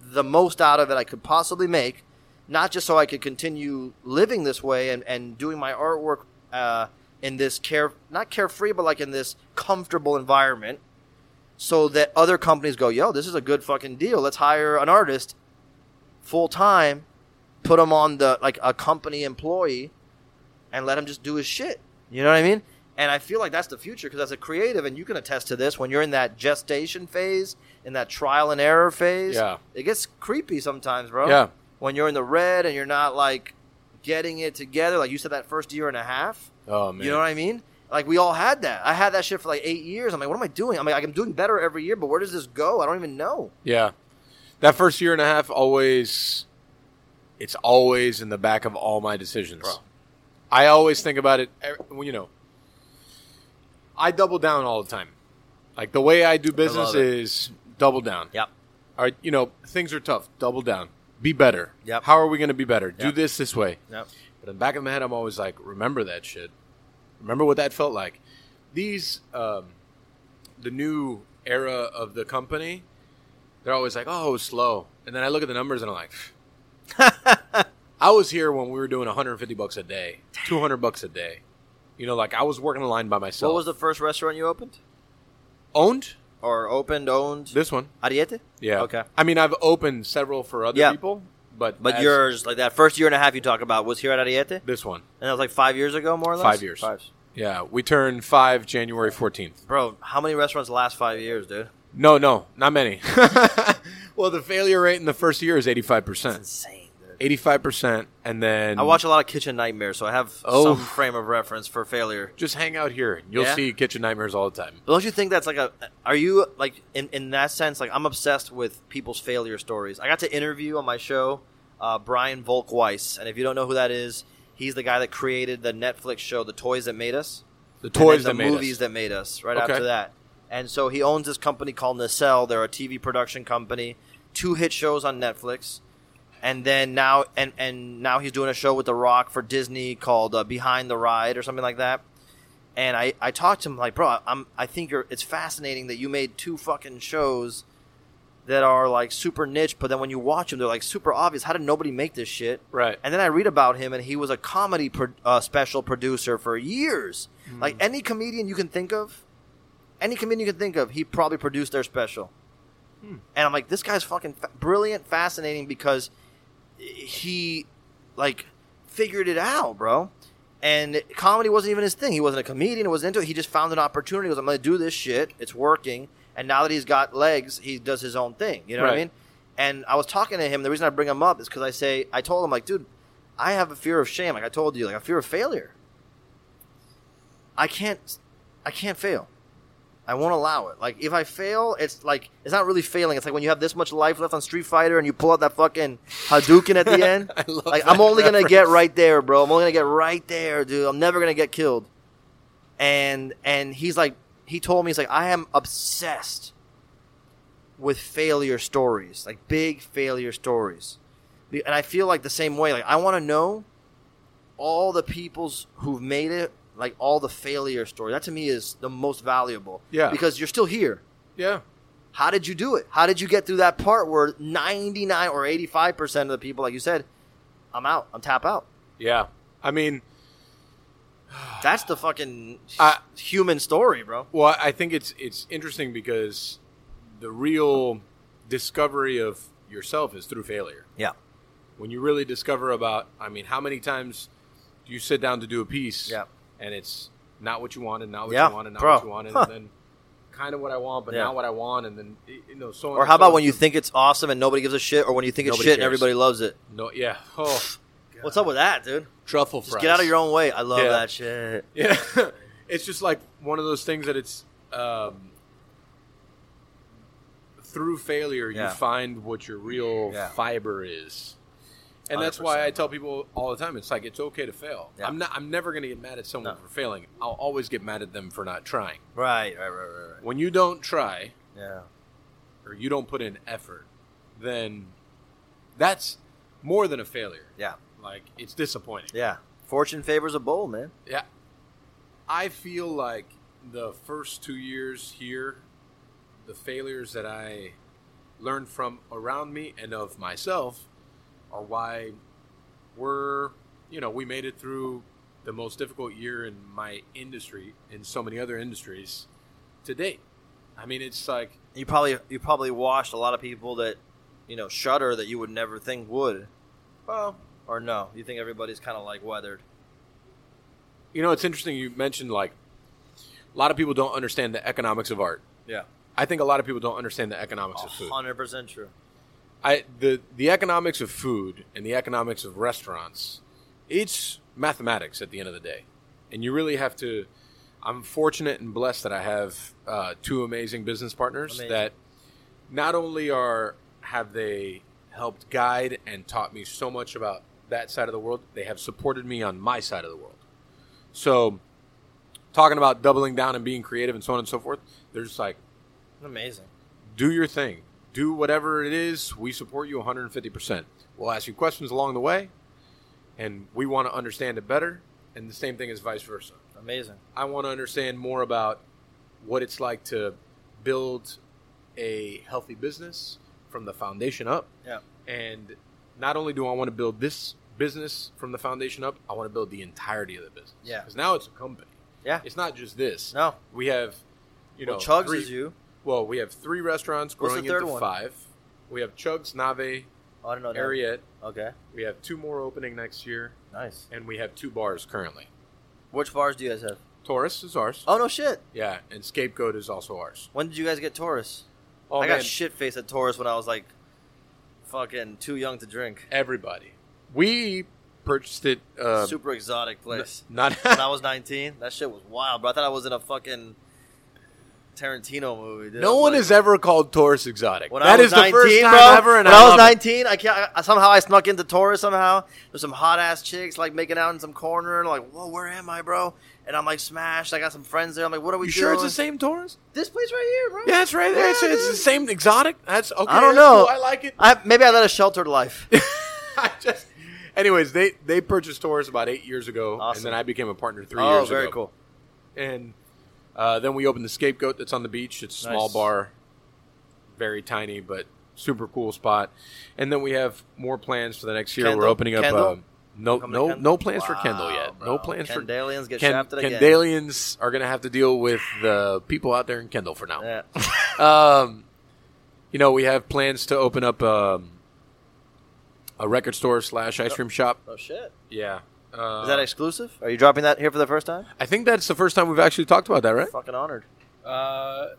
the most out of it I could possibly make, not just so I could continue living this way and and doing my artwork uh, in this care not carefree, but like in this comfortable environment. So that other companies go, yo, this is a good fucking deal. Let's hire an artist full time put him on the like a company employee and let him just do his shit. You know what I mean? And I feel like that's the future because as a creative, and you can attest to this, when you're in that gestation phase, in that trial and error phase,
Yeah.
it gets creepy sometimes, bro.
Yeah.
When you're in the red and you're not like getting it together, like you said, that first year and a half.
Oh man.
You know what I mean? Like we all had that. I had that shit for like eight years. I'm like, what am I doing? I'm like, I'm doing better every year, but where does this go? I don't even know.
Yeah. That first year and a half always it's always in the back of all my decisions. I always think about it ev- well, you know. I double down all the time. Like the way I do business
it.
is double down.
Yep.
All right, you know, things are tough. Double down. Be better.
Yep.
How are we going to be better? Do
Yep.
this this way.
Yep.
But in the back of my head, I'm always like, remember that shit. Remember what that felt like. These, um, the new era of the company, they're always like, oh, it was slow. And then I look at the numbers and I'm like, I was here when we were doing 150 bucks a day, 200 bucks a day. You know, like I was working a line by myself.
what was the first restaurant you opened?
owned?
Or opened, owned?
This one.
Ariete?
Yeah.
Okay.
I mean, I've opened several for other
Yeah.
people, but
But
as-
yours, like that first year and a half you talk about, was here at Ariete, and
this one.
that was like five years ago, more or less.
Five years. Yeah, we turned five January 14th.
bro. How many restaurants last five years, dude?
No, no, not many. well, the failure rate in the first year is eighty-five percent.
Insane, dude.
Eighty-five percent, and then
I watch a lot of Kitchen Nightmares, so I have
Oh.
some frame of reference for failure.
Just hang out here, and you'll
Yeah.
see kitchen nightmares all the time.
But don't you think that's like a? Are you like in in that sense? Like I'm obsessed with people's failure stories. I got to interview on my show uh, Brian Volkweiss, and if you don't know who that is, he's the guy that created the Netflix show The Toys That Made Us.
The
and then
toys that
the
made
movies
us.
that made us right
Okay.
after that. And so he owns this company called Nacelle. They're a TV production company. Two hit shows on Netflix, and then now and and now he's doing a show with The Rock for Disney called uh, Behind the Ride or something like that. And I I talked to him like, bro, I'm I think you're it's fascinating that you made two fucking shows that are like super niche, but then when you watch them, they're like super obvious. How did nobody make this shit?
right.
And then I read about him, and he was a comedy pro- uh, special producer for years. Like any comedian you can think of, any comedian you can think of, he probably produced their special. And I'm like, this guy's fucking fa- brilliant, fascinating because he like figured it out, bro. And comedy wasn't even his thing. He wasn't a comedian. He wasn't into it. He just found an opportunity. He was, I'm going to do this shit. It's working. And now that he's got legs, he does his own thing. You know what I
Right.
mean? And I was talking to him. The reason I bring him up is because I say, I told him, like, dude, I have a fear of shame. Like I told you, like a fear of failure. I can't, I can't fail. I won't allow it. Like if I fail, it's like it's not really failing. It's like when you have this much life left on Street Fighter and you pull out that fucking Hadouken at the end.
I love
like
that
I'm only gonna get
reference.
right there, bro. I'm only gonna get right there, dude. I'm never gonna get killed. And and he's like, he told me he's like, I am obsessed with failure stories, like big failure stories. Be- And I feel like the same way. Like I want to know all the people's who've made it, like all the failure story. That to me is the most valuable.
Yeah.
Because you're still here.
Yeah.
How did you do it? How did you get through that part where 99 or 85% of the people, like you said, I'm out. I'm tap out.
Yeah. I mean,
That's the fucking
I-
human story, bro.
well, I think it's it's interesting because the real discovery of yourself is through failure.
Yeah.
when you really discover about i mean how many times do you sit down to do a piece
Yeah.
and it's not what you wanted not what
Yeah,
you wanted not
bro.
what you wanted
Huh.
and then kind of what I want, but
Yeah.
not what I want, and then y- you know so. on
Or
and
how
so
about when you
forth.
think it's awesome and nobody gives a shit, or when you think it's
Nobody
shit and
cares.
everybody loves it?
No, yeah. Oh,
What's up with that, dude?
truffle
Just get out of your own way. I love
Yeah.
that shit.
Yeah, it's just like one of those things that it's um, through failure
Yeah.
you find what your real
Yeah.
fiber is, and that's why I
100%.
tell people all the time it's like it's okay to fail.
Yeah.
I'm not. I'm never going to get mad at someone
No.
for failing. I'll always get mad at them for not trying.
Right, right, right, right, right.
When you don't try
Yeah.
or you don't put in effort, then that's more than a failure.
Yeah.
Like it's disappointing.
Yeah. Fortune favors a bowl, man.
Yeah. I feel like the first two years here, the failures that I learned from around me and of myself are why we're, you know, we made it through the most difficult year in my industry and so many other industries to date. I mean, it's like,
You probably you probably washed a lot of people that you know shudder that you would never think would,
well,
or no? You think everybody's kind of like weathered?
you know, it's interesting you mentioned like a lot of people don't understand the economics of art.
Yeah.
I think a lot of people don't understand the economics of food.
Hundred percent true.
I the the economics of food and the economics of restaurants, it's mathematics at the end of the day, and you really have to. I'm fortunate and blessed that I have uh, two amazing business partners
Amazing.
that not only are have they helped guide and taught me so much about that side of the world, they have supported me on my side of the world. So, talking about doubling down and being creative and so on and so forth, they're just like
Amazing.
do your thing. Do whatever it is. We support you 150%. We'll ask you questions along the way, and we want to understand it better. And the same thing is vice versa.
Amazing.
I want to understand more about what it's like to build a healthy business from the foundation up.
Yeah.
And not only do I want to build this business from the foundation up, I want to build the entirety of the business.
Yeah.
Because now it's a company.
Yeah.
It's not just this.
No.
We have, you know,
well, Chugs
three-
is you.
well, we have three restaurants
What's the
growing
third
into
one?
five. We have Chugs, Nave,
Oh, I don't know. that.
Ariette.
Okay.
We have two more opening next year,
Nice.
and we have two bars currently.
Which bars do you guys have?
Taurus is ours.
Oh no shit.
Yeah, and Scapegoat is also ours.
When did you guys get Taurus?
Oh,
I
man,
got shit faced at Taurus when I was like, fucking too young to drink.
everybody. We purchased it. Uh,
Super exotic place.
n- not
when I was 19, that shit was wild, bro. I thought I was in a fucking Tarantino movie. Dude.
no one
Like,
has ever called Taurus exotic.
When I
That
was
is the
19,
first time
bro,
ever, and
when
I,
was
love it.
19, I can't. I, somehow I snuck into Taurus. Somehow there's some hot ass chicks like making out in some corner, and like, whoa, where am I, bro? And I'm like smashed. I got some friends there. I'm like, what are we
You
doing?
sure it's the same Taurus?
This place right here, bro.
Yeah, it's right there. It's,
Yeah,
it's
dude.
the same exotic. That's okay.
I don't
that's
know.
cool. I like it.
I, maybe I led a sheltered life.
I just, anyways, they they purchased Taurus about eight years ago,
Awesome.
and then I became a partner three
oh,
years
very
ago.
cool.
And uh, then we opened the Scapegoat that's on the beach. It's a small
Nice.
bar, very tiny, but super cool spot. And then we have more plans for the next year.
Kendall-
We're opening up.
Kendall?
Um, no,
Coming to
no,
Kendall?
no plans for
Wow,
Kendall yet.
bro.
No plans for
Kendallians get
Ken-
shafted again.
Kendallians are going to have to deal with the people out there in Kendall for now
Yeah.
um, you know, we have plans to open up um, a record store slash ice cream shop.
Oh shit!
Yeah. Uh,
Is that exclusive? Are you dropping that here for the first time?
I think that's the first time we've actually talked about that, right?
Fucking honored.
Uh,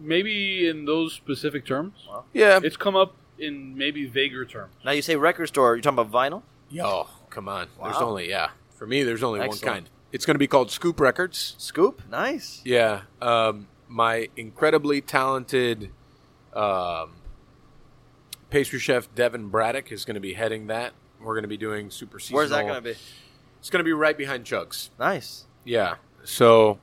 maybe in those specific terms,
Yeah.
it's come up in maybe vaguer terms.
Now you say record store. Are you talking about vinyl?
Yo, Oh, come on. There's
Wow.
only yeah. For me, there's only one
Excellent.
kind. It's going to be called Scoop Records.
Scoop. Nice.
Yeah. Um, my incredibly talented um, pastry chef Devin Braddock is going to be heading that. We're going to be doing super seasonal.
Where's that going to be?
It's going to be right behind Chugs.
Nice.
Yeah. So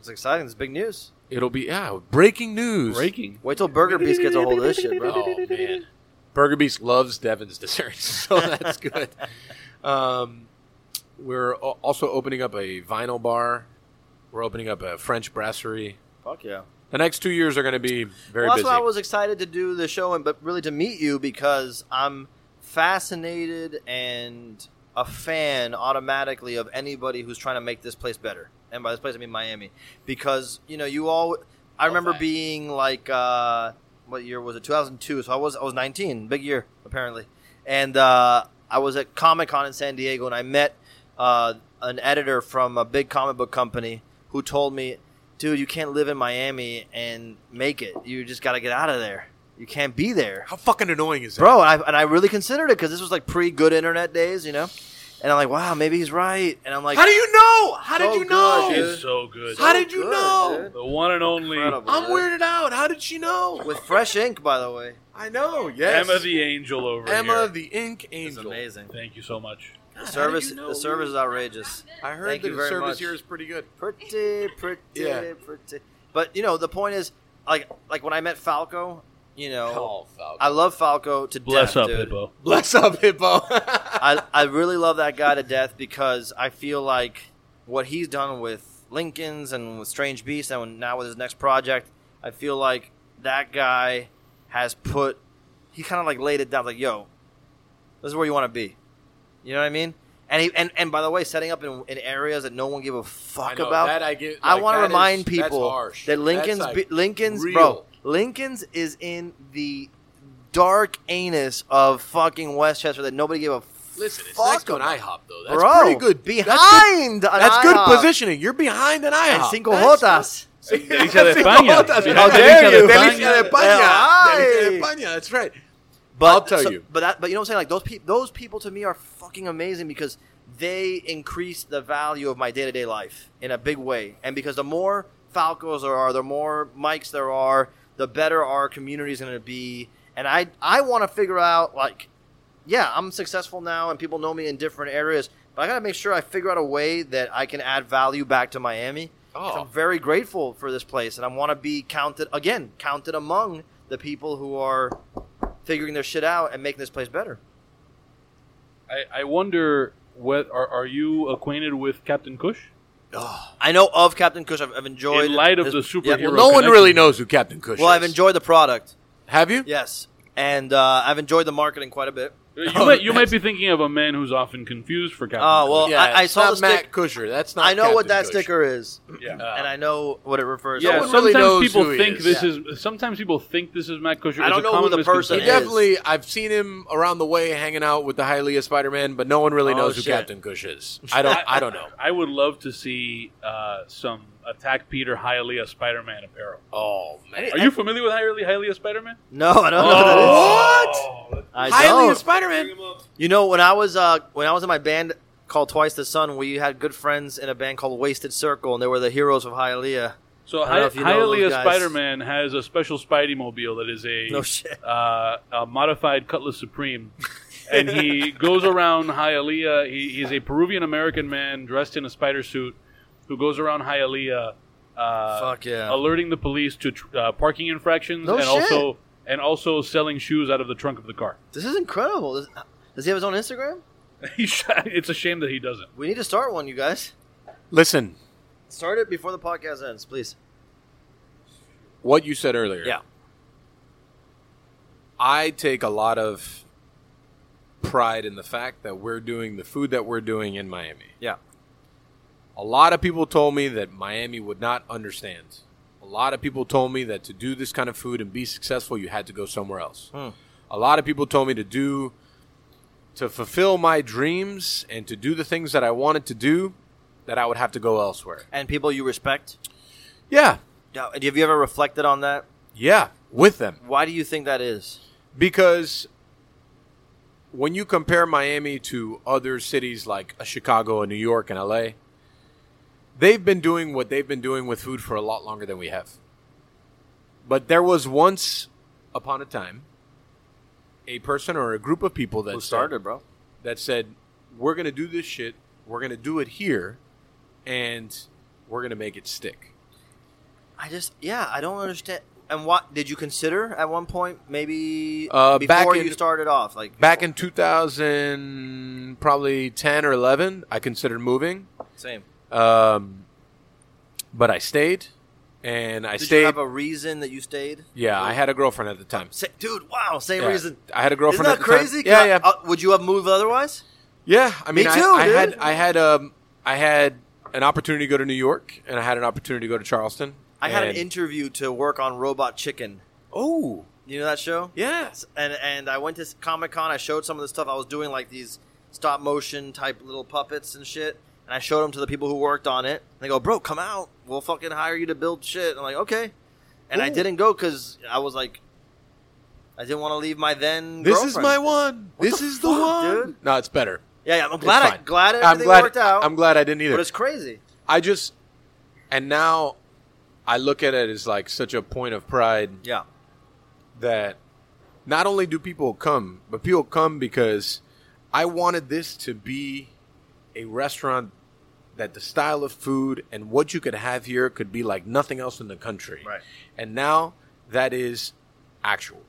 It's exciting. It's big news.
It'll be yeah, breaking news.
Breaking.
Wait till Burger Beast gets a hold of this shit, bro.
Oh man, Burger Beast loves Devin's desserts, so Oh, that's good. um, we're al- also opening up a vinyl bar. We're opening up a French brasserie.
Fuck yeah.
The next two years are going to be very
well, that's
busy.
why I was excited to do the show and but really to meet you because I'm fascinated and a fan automatically of anybody who's trying to make this place better. And by this place I mean Miami. Because, you know, you all I remember
that.
being like uh what year was it? 2002. So I was I was 19, big year apparently. And uh I was at Comic-Con in San Diego and I met uh, an editor from a big comic book company who told me dude, you can't live in Miami and make it. You just got to get out of there. You can't be there,
How fucking annoying is that?
bro. And I and I really considered it because this was like pre good internet days, you know. And I'm like, wow, maybe he's right. And I'm like,
How do you know? How did
So
you know?
good, dude.
She's so good.
Oh. How did you know?
dude.
the one and only
Incredible,
I'm
dude.
weirded out. How did she know?
with fresh ink, by the way.
I know. Yes.
Emma the Angel over
Emma
here.
the Ink
It's
Angel.
amazing.
Thank you so much.
The service, the service is outrageous.
I heard
Thank
that
you
the
very
service
much.
here is pretty good.
pretty, pretty,
Yeah.
pretty. But you know, the point is, like, like when I met Falco, you know,
Falco.
I love Falco to
Bless
death,
up,
dude.
Hippo.
Bless up, Hippo.
I I really love that guy to death because I feel like what he's done with Lincoln's and with Strange Beast and now with his next project, I feel like that guy has put he kind of like laid it down like, yo, this is where you want to be. You know what I mean? And he and, and by the way, setting up in, in areas that no one give a fuck
know,
about.
that I get.
I
like,
want to
that is-
remind
that's
people
harsh.
that Lincoln's
That's,
be-
like,
Lincoln's
real.
bro Lincoln's is in the dark anus of fucking Westchester that nobody gave a
Listen, it's
fuck
next to an
about.
IHOP though. That's
bro
pretty good.
behind an
That's good,
IHOP
positioning. You're behind an IHOP.
and cinco
That's-
jotas.
Delicia de España.
How dare you.
Delicia de España.
Ay.
Delicia de España. That's right.
But
I'll tell
so-
you.
but that, but you know what I'm saying? Like those people, those people to me are fucking amazing because they increase the value of my day to day life in a big way. And because the more Falcos there are, the more mics there are, the better our community is going to be. And I I want to figure out like, yeah, I'm successful now, and people know me in different areas. But I got to make sure I figure out a way that I can add value back to Miami. 'Cause
Oh.
I'm very grateful for this place, and I want to be counted again, counted among the people who are figuring their shit out and making this place better.
I, I wonder what are, are you acquainted with Captain Cush?
Oh.
I know of Captain Kush. I've, I've enjoyed
In light of
his-
the superhero-
well,
Well, no one
connection.
really knows who Captain Cush
well, I've
is.
enjoyed the product.
Have you?
Yes, and uh, I've enjoyed the marketing quite a bit.
You,
Oh,
might, you
that's-
might be thinking of a man who's often confused for Captain.
Oh, well,
Yeah,
I- I
it's
saw
not
the stick-
Matt Cusher. That's not.
I know what
Captain
that
Cush.
sticker is,
Cush. yeah.
Uh,
and I know what it refers
yeah,
no
to.
one really
sometimes
knows
people
who he
think
is.
this is. Sometimes people think this is Matt Kusher.
I don't
It's a
know who
common
the person It
He
misconception.
is.
definitely. I've seen him around the way hanging out with the Hylia Spider-Man, but no one really
Oh,
knows who
shit.
Captain Cush is. I don't. I don't know.
I would love to see uh, some attack Peter Hylia Spider-Man apparel.
Oh man.
Are you familiar with Hylia, Hylia Spider-Man?
No, I don't know what that
Oh.
is.
What?
I
Hylia
don't.
Spider-Man.
You know, when I was uh, when I was in my band called Twice the Sun, we had good friends in a band called Wasted Circle, and they were the heroes of Hialeah.
So
I don't know
Hy-
if you know those
Hylia
guys.
Spider-Man has a special Spidey mobile that is a
No shit.
uh, a modified Cutlass Supreme, and he goes around Hialeah. He, he's a Peruvian American man dressed in a spider suit who goes around Hialeah, uh,
Fuck yeah.
alerting the police to tr- uh, parking infractions
No
and
shit.
also and also selling shoes out of the trunk of the car.
This is incredible. This, does he have his own Instagram?
He sh- it's a shame that he doesn't.
We need to start one, you guys.
Listen,
Start it before the podcast ends, please.
what you said earlier.
Yeah.
I take a lot of pride in the fact that we're doing the food that we're doing in Miami.
Yeah.
A lot of people told me that Miami would not understand. A lot of people told me that to do this kind of food and be successful, you had to go somewhere else.
Hmm.
A lot of people told me to do, to fulfill my dreams and to do the things that I wanted to do, that I would have to go elsewhere.
And people you respect.
Yeah.
Now, Have you ever reflected on that?
Yeah. With them.
Why do you think that is?
because when you compare Miami to other cities like uh, Chicago and New York and LA, they've been doing what they've been doing with food for a lot longer than we have. But there was once upon a time a person or a group of people that said,
bro?
that said, "We're going to do this shit. We're going to do it here, and we're going to make it stick."
I just, yeah, I don't understand. And what did you consider at one point? Maybe
Uh, back
before
in-
you started off, like
Back in 2000, probably 10 or 11, I considered moving.
same.
Um, but I stayed, and I
Did
stayed.
you have a reason that you stayed?
yeah, I had a girlfriend at the time.
Sa- dude, wow, same
Yeah,
reason.
I had a
Isn't
girlfriend.
that
at the time.
crazy? 'Cause
Yeah,
I-
yeah,
uh, would you have moved otherwise?
yeah. I mean,
Me
I-
too,
I,
dude.
had, I had, um, I had an opportunity to go to New York, and I had an opportunity to go to Charleston.
I had an
and-
interview to work on Robot Chicken.
Oh,
You know that show?
yeah.
and and I went to Comic Con. I showed some of the stuff I was doing, like these stop motion type little puppets and shit. and I showed them to the people who worked on it. And they go, "Bro, come out. We'll fucking hire you to build shit." I'm like, "Okay," and I
Ooh.
didn't go because I was like, I didn't want to leave my then.
This is
girlfriend.
my one.
What
this
the
is the
fuck,
one.
dude?
No, it's better.
Yeah, yeah I'm glad. I,
fine.
glad everything
I'm glad.
worked out.
I'm glad I didn't either.
but it's crazy.
I just and now I look at it as like such a point of pride
Yeah.
that not only do people come, but people come because I wanted this to be a restaurant that the style of food and what you could have here could be like nothing else in the country.
Right.
And now that is actual.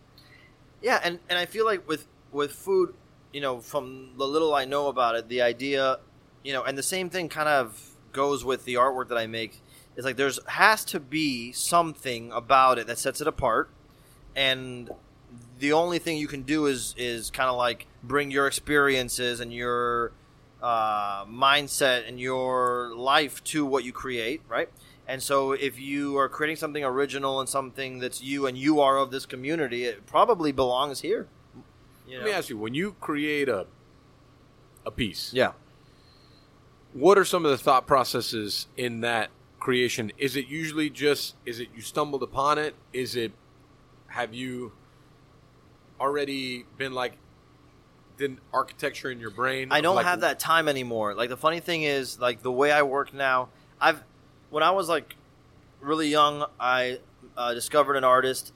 Yeah, and, and I feel like with with food, you know, from the little I know about it, the idea, you know, and the same thing kind of goes with the artwork that I make. Is like there's has to be something about it that sets it apart, and the only thing you can do is is kind of like bring your experiences and your uh, mindset and your life to what you create, right? And so, if you are creating something original and something that's you and you are of this community, it probably belongs here. You know?
Let me ask you: When you create a a piece,
yeah.
what are some of the thought processes in that creation is it usually just is it you stumbled upon it is it have you already been like did architecture in your brain
I
of,
don't
like-
have that time anymore. Like the funny thing is, like the way I work now, I've when I was like really young, I uh, discovered an artist,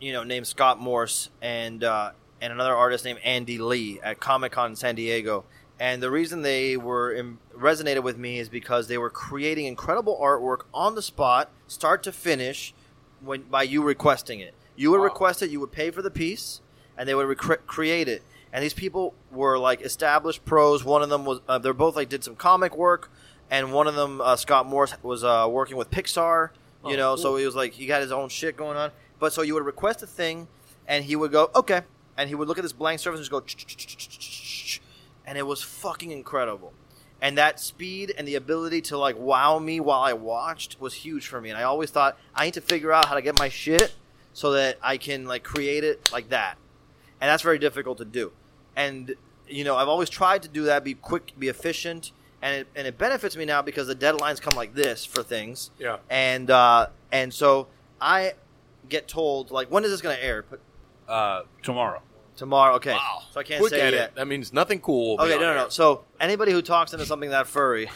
you know, named Scott Morse, and uh, and another artist named Andy Lee at Comic Con in San Diego. And the reason they were Im- resonated with me is because they were creating incredible artwork on the spot, start to finish, when by you requesting it. You would
Wow.
request it, you would pay for the piece, and they would recre- create it. And these people were like established pros. One of them was uh, they're both like did some comic work, and one of them uh, Scott Morse was uh, working with Pixar. You
Oh,
know, so
cool.
he was like he got his own shit going on. But so you would request a thing, and he would go okay, and he would look at this blank surface and just go, "Ch-ch-ch-ch-ch-ch-ch-ch," and it was fucking incredible. And that speed and the ability to like wow me while I watched was huge for me. And I always thought I need to figure out how to get my shit so that I can like create it like that. And that's very difficult to do. And you know, I've always tried to do that, be quick, be efficient, and it, and it benefits me now because the deadlines come like this for things.
yeah
And uh, and so I get told like, when is this going to air? But
uh, tomorrow.
tomorrow, okay.
wow
So I can't
Quick
say
edit.
yet.
that means nothing cool will be
Okay,
on
no, no,
there.
no. So anybody who talks into something that furry,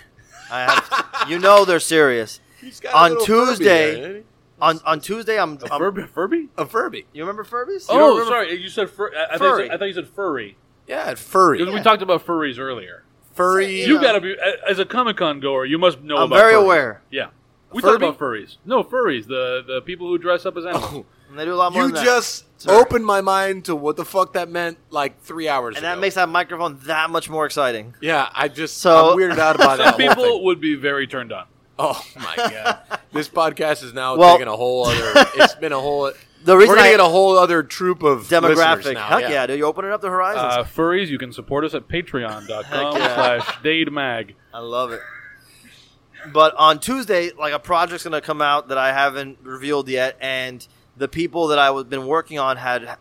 I have, you know they're serious.
He's got a
On
little Furby
Tuesday-
there, didn't he?
On on Tuesday, I'm.
A
I'm-
Furby? Furby?
a Furby
you remember Furbies? You don't
Um, Oh,
remember-
sorry. You said fur- I, I, thought you
Furry.
said I thought you said furry
yeah furry
because we talked about furries earlier.
furry
Yeah.
You gotta be a- as a Comic Con goer. You must know.
Oh,
I'm
about
very
furries.
aware.
Yeah, we
Furby?
talk about furries. No furries. The the people who dress up as animals.
Oh,
And they do a lot more.
you
than that.
just
Sorry.
opened my mind to what the fuck that meant like three hours
and
ago
that makes that microphone that much more exciting.
yeah I just
So-
I'm weirded out by that
Some
whole thing.
people would be very turned on.
Oh my god! this podcast is now
Well-
taking a whole other. It's been a whole.
The
We're
reason
gonna
I
get a whole other troop of listeners
demographic,
Now.
heck yeah. dude, you're opening up the horizons.
Uh, furries, you can support us at patreon.com
Heck yeah.
slash dademag.
I love it. But on Tuesday, like a project's going to come out that I haven't revealed yet, and the people that I was been working on had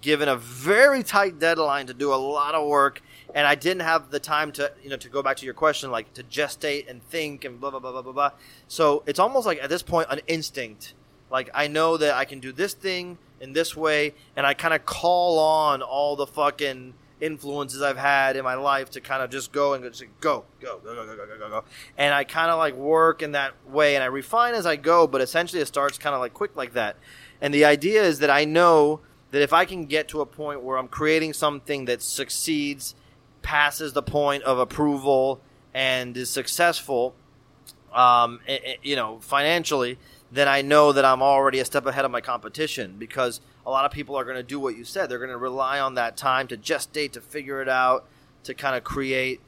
given a very tight deadline to do a lot of work, and I didn't have the time to you know to go back to your question, like to gestate and think and blah blah blah blah blah blah. So it's almost like at this point an instinct. Like I know that I can do this thing in this way, and I kind of call on all the fucking influences I've had in my life to kind of just go and just go, go, go, go, go, go, go, go, go. And I kind of like work in that way, and I refine as I go. But essentially, it starts kind of like quick like that. And the idea is that I know that if I can get to a point where I'm creating something that succeeds, passes the point of approval, and is successful, um, i- i- you know, financially, then I know that I'm already a step ahead of my competition because a lot of people are going to do what you said. They're going to rely on that time to gestate, to figure it out, to kind of create.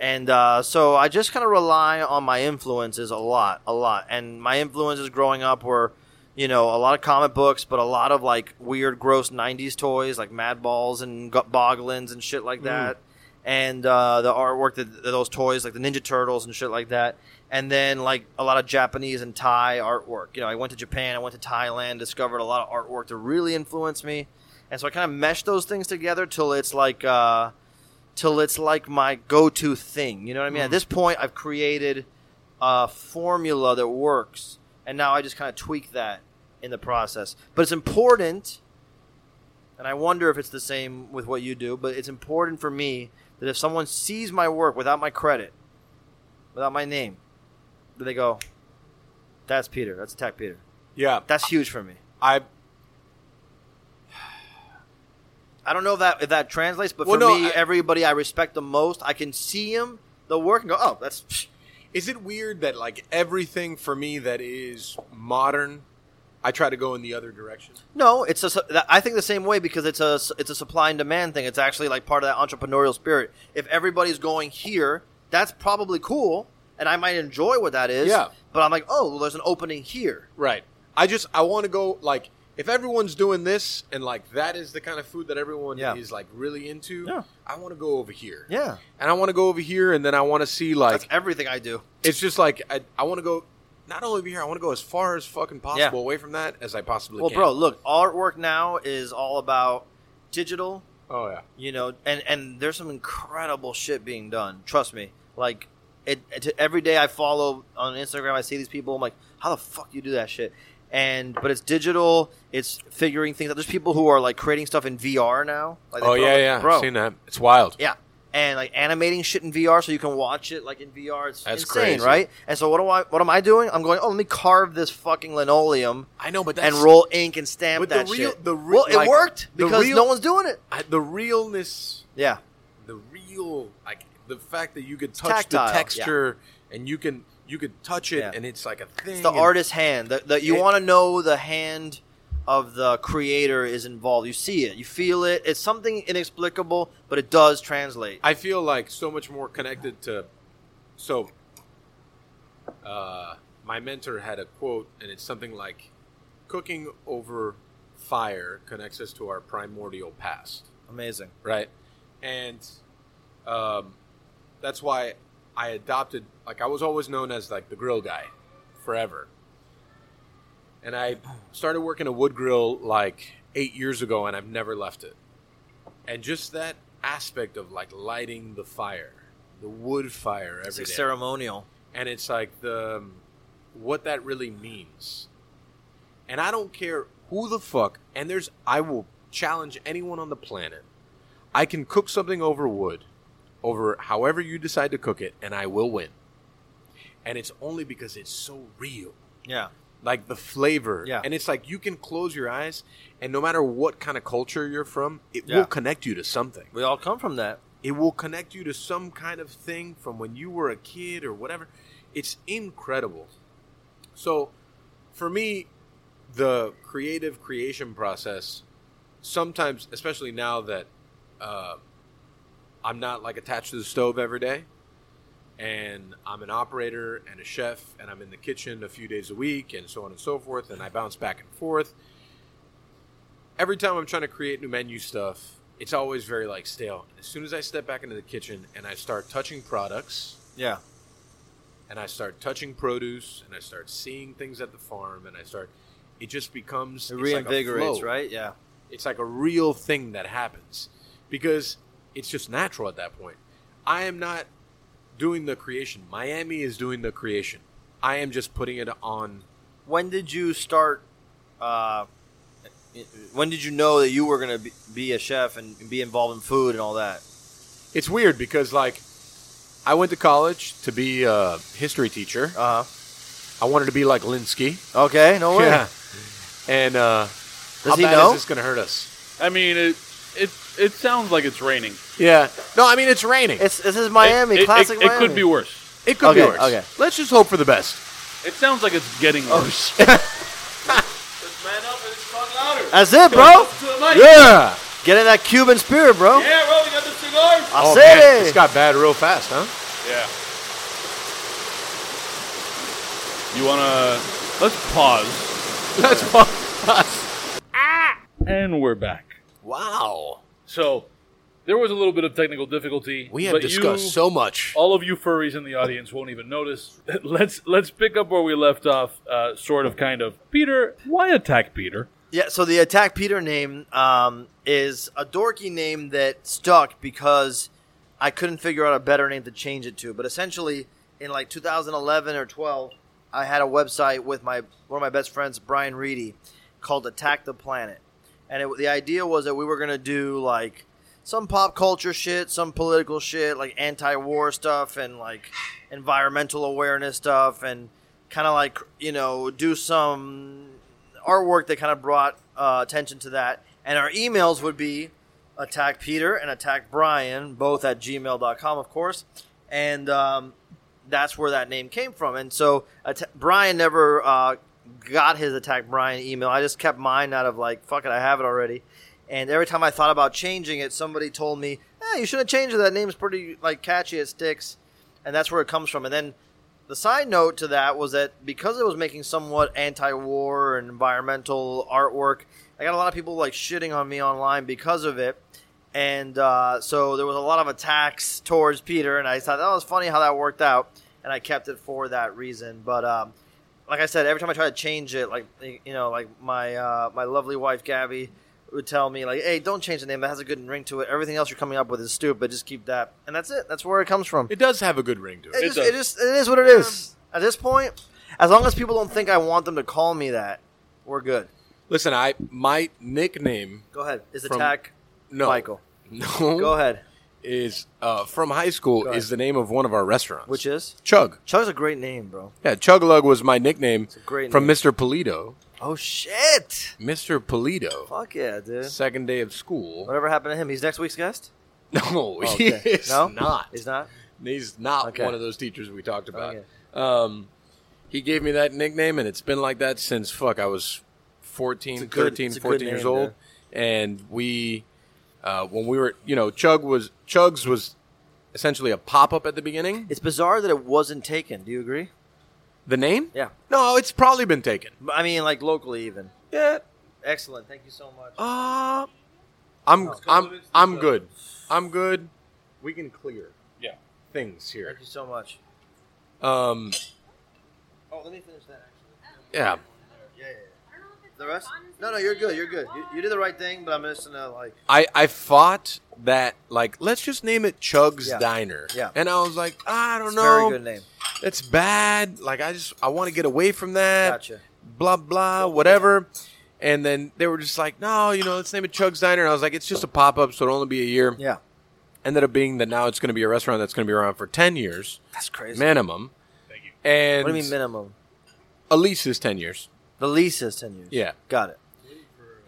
And uh, so I just kind of rely on my influences a lot, a lot. And my influences growing up were, you know, a lot of comic books, but a lot of like weird, gross '90s toys like Mad Balls and Gut Boglins and shit like that and uh, the artwork that, that those toys, like the Ninja Turtles and shit like that, and then like a lot of Japanese and Thai artwork. You know, I went to Japan, I went to Thailand, discovered a lot of artwork that really influenced me, and so I kind of meshed those things together till it's like, uh, till it's like my go-to thing. You know what I mean? At this point, I've created a formula that works, and now I just kind of tweak that in the process. But it's important, and I wonder if it's the same with what you do. But it's important for me that if someone sees my work without my credit, without my name, that they go, "That's Peter. That's Tech Peter."
Yeah,
That's huge for me.
I
I don't know if that if that translates, but
Well,
for
no,
me,
I-
everybody I respect the most, I can see him the work and go, oh, that's psh,
Is it weird that like everything for me that is modern, I try to go in the other direction?
no. It's a su- that- I think the same way because it's a it's a supply and demand thing. It's actually like part of that entrepreneurial spirit. If everybody's going here, that's probably cool, and I might enjoy what that is.
Yeah.
But I'm like, oh, well, there's an opening here.
Right. I just I want to go like if everyone's doing this and like that is the kind of food that everyone
Yeah.
is like really into,
Yeah.
I want to go over here.
Yeah.
And I want to go over here and then I want to see like
That's everything I do.
it's just like I, I want to go not only over here, I want to go as far as fucking possible
Yeah.
away from that as I possibly
Well,
can.
bro, look, artwork now is all about digital
Oh yeah.
you know and and there's some incredible shit being done trust me like it, it every day i follow on instagram i see these people i'm like how the fuck you do that shit and but it's digital it's figuring things out there's people who are like creating stuff in vr now like they
oh
put
yeah,
on-
yeah.
bro
I've seen that. It's wild.
yeah and like animating shit in vr so you can watch it like in vr it's
That's
insane
crazy.
right and so what do i what am i doing i'm going oh let me carve this fucking linoleum
I know, but that's
and roll ink and stamp
But the
that
real-
shit
the re-
well it
like,
worked
the
because
real-
no one's doing it
I, the realness
yeah
the real like the fact that you could touch
tactile,
the
yeah.
texture and you can you could touch it
Yeah.
and it's like a thing.
It's the
and-
artist's hand. The, the, you
It-
want to know the hand of the creator is involved. You see it, you feel it. It's something inexplicable, but it does translate.
I feel like so much more connected to. So, uh, my mentor had a quote, and it's something like, "Cooking over fire connects us to our primordial past."
Amazing.
right? And um, that's why I adopted. Like I was always known as like the grill guy, forever. And I started working a wood grill like eight years ago, and I've never left it. And just that aspect of like lighting the fire, the wood fire every
It's
day
like ceremonial.
and it's like the um, what that really means. And I don't care who the fuck. And there's I will challenge anyone on the planet. I can cook something over wood, over however you decide to cook it, and I will win. And it's only because it's so real
Yeah.
like the flavor.
Yeah.
And it's like you can close your eyes and no matter what kind of culture you're from, it
Yeah.
will connect you to something.
We all come from that.
It will connect you to some kind of thing from when you were a kid or whatever. It's incredible. So for me, the creative creation process sometimes, especially now that uh, I'm not like attached to the stove every day, and I'm an operator and a chef, and I'm in the kitchen a few days a week, and so on and so forth, and I bounce back and forth. Every time I'm trying to create new menu stuff, it's always very like stale. As soon as I step back into the kitchen and I start touching products,
Yeah.
and I start touching produce and I start seeing things at the farm and I start it just becomes
It
it's like a
reinvigorates,
flow.
right? Yeah.
It's like a real thing that happens because it's just natural at that point. I am not doing the creation. Miami is doing the creation. I am just putting it on
When did you start? Uh, when did you know that you were going to be, be a chef and be involved in food and all that?
It's weird because like I went to college to be a history teacher.
Uh
I wanted to be like Linsky.
huh. Okay. No way.
And uh how
Oh, he
bad
know?
is this going to hurt us?
I mean, it it it sounds like it's raining.
Yeah. No, I mean it's raining.
It's this is Miami,
It- it,
classic.
It, it could
Miami.
be worse.
It could be
Okay,
worse.
okay.
Let's just hope for the best.
It sounds like it's getting
Oh
worse.
shit!
Just man up and just talk louder.
That's it, Uh, bro.
To the mic.
Yeah.
Get in that Cuban spirit, bro.
Yeah, bro, we got the cigars.
I
Oh,
said
man,
it.
This got bad real fast, huh?
Yeah. You wanna let's pause,
That's us.
and we're back.
Wow.
So there was a little bit of technical difficulty.
We have
but
discussed
you,
so
Oh.
much.
all of you furries in the audience won't even notice. Let's let's pick up where we left off, uh, sort of, kind of. Peter, why attack Peter?
Yeah, so the Attack Peter name um, is a dorky name that stuck because I couldn't figure out a better name to change it to. But essentially, in like 2011 or 12, I had a website with my one of my best friends, Brian Reedy, called Attack the Planet, and it, the idea was that we were gonna do like some pop culture shit, some political shit, like anti-war stuff, and like environmental awareness stuff, and kind of like you know do some artwork that kind of brought uh, attention to that. And our emails would be attack Peter and attack Brian, both at gmail.com, of course. And um, that's where that name came from. And so atta- Brian never uh, got his attack Brian email. I just kept mine out of like, fuck it, I have it already. And every time I thought about changing it, somebody told me, eh, you should have changed it. That name's pretty like catchy. It sticks. And that's where it comes from. And then the side note to that was that because it was making somewhat anti-war and environmental artwork, I got a lot of people like shitting on me online because of it, and uh, so there was a lot of attacks towards Peter, and I thought that was funny how that worked out, and I kept it for that reason. But um, like I said, every time I try to change it, like you know, like my uh, my lovely wife Gabby would tell me like, "Hey, don't change the name. That has a good ring to it. Everything else you're coming up with is stupid. Just keep that." And that's it. That's where it comes from.
It does have a good ring to it.
It, just,
does.
it just it is what it is.
Um,
At this point, as long as people don't think I want them to call me that, we're good.
Listen, I my nickname
Go ahead. Is
From-
attack
no
Michael?
no
Go ahead.
is uh, from high school
ahead.
is the name of one of our restaurants,
Which is
Chug.
Chug's a great name, bro.
Yeah, Chug Lug was my nickname
a great
from
name.
Mr. Polito.
Oh shit!
Mr. Polito,
Fuck yeah, dude.
second day of school.
Whatever happened to him? He's next week's guest.
No, he
Okay.
is
no,
not.
He's not.
He's not
Okay.
one of those teachers we talked about.
Okay.
Um, he gave me that nickname, and it's been like that since fuck. I was 14,
It's a good-
13,
it's a good
14 years
name,
old, and we uh, when we were you know Chug was Chugs was essentially a pop up at the beginning.
It's bizarre that it wasn't taken. Do you agree?
The name?
Yeah.
No, it's probably been taken.
But, I mean, like locally, even.
Yeah.
Excellent. Thank you so much.
Uh, I'm
it's
I'm
compliments
I'm
themselves.
good. I'm good. We can clear
Yeah.
things here.
Thank you so much.
Um,
Oh, let me finish that. Actually.
yeah.
Yeah, yeah. yeah. The rest? No, no, you're good. You're good. You, you did the right thing, but I'm just gonna like.
I, I fought that like let's just name it Chug's
Yeah.
Diner.
Yeah.
And I was like, I don't
It's a
know.
very good name.
It's bad. Like I just I want to get away from that.
Gotcha.
Blah blah whatever. And then they were just like, no, you know, let's name it Chug's Diner. And I was like, it's just a pop up, so it'll only be a year.
Yeah.
Ended up being that now it's going to be a restaurant that's going to be around for ten years
That's crazy.
minimum.
Thank you.
And
what do you mean minimum?
at least is ten years.
The lease is ten years.
Yeah.
Got it.